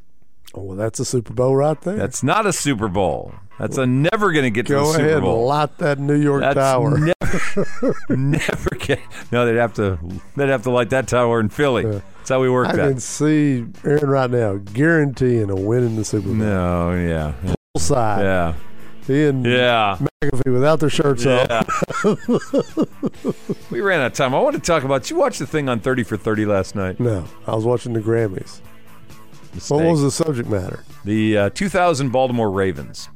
Speaker 3: Oh, well, that's a Super Bowl right there.
Speaker 2: That's not a Super Bowl. That's a never going to get to
Speaker 3: go
Speaker 2: the Super
Speaker 3: ahead and
Speaker 2: Bowl.
Speaker 3: light that New York
Speaker 2: That's
Speaker 3: Tower.
Speaker 2: never, never get. No, they'd have to. They'd have to light that tower in Philly. That's how we work
Speaker 3: I
Speaker 2: that.
Speaker 3: can see Aaron right now guaranteeing a win in the Super Bowl.
Speaker 2: No, yeah,
Speaker 3: Full side.
Speaker 2: yeah,
Speaker 3: He and
Speaker 2: yeah.
Speaker 3: McAfee without their shirts off.
Speaker 2: Yeah. we ran out of time. I want to talk about. You watched the thing on Thirty for Thirty last night.
Speaker 3: No, I was watching the Grammys. What was the subject matter?
Speaker 2: The uh, 2000 Baltimore Ravens.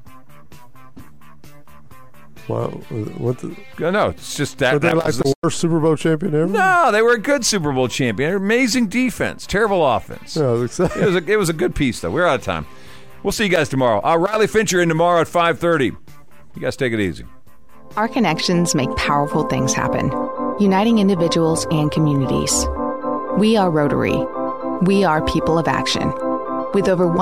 Speaker 3: Well, what the,
Speaker 2: Uh, No, it's just that.
Speaker 3: were they
Speaker 2: that
Speaker 3: like
Speaker 2: was
Speaker 3: the worst Super Bowl champion ever?
Speaker 2: no, they were a good Super Bowl champion. Amazing defense, terrible offense.
Speaker 3: No, I was excited.
Speaker 2: It was a, it was a good piece though. We're out of time. We'll see you guys tomorrow. Uh, Riley Fincher in tomorrow at 5:30. You guys take it easy.
Speaker 8: Our connections make powerful things happen, uniting individuals and communities. We are Rotary. We are people of action. With over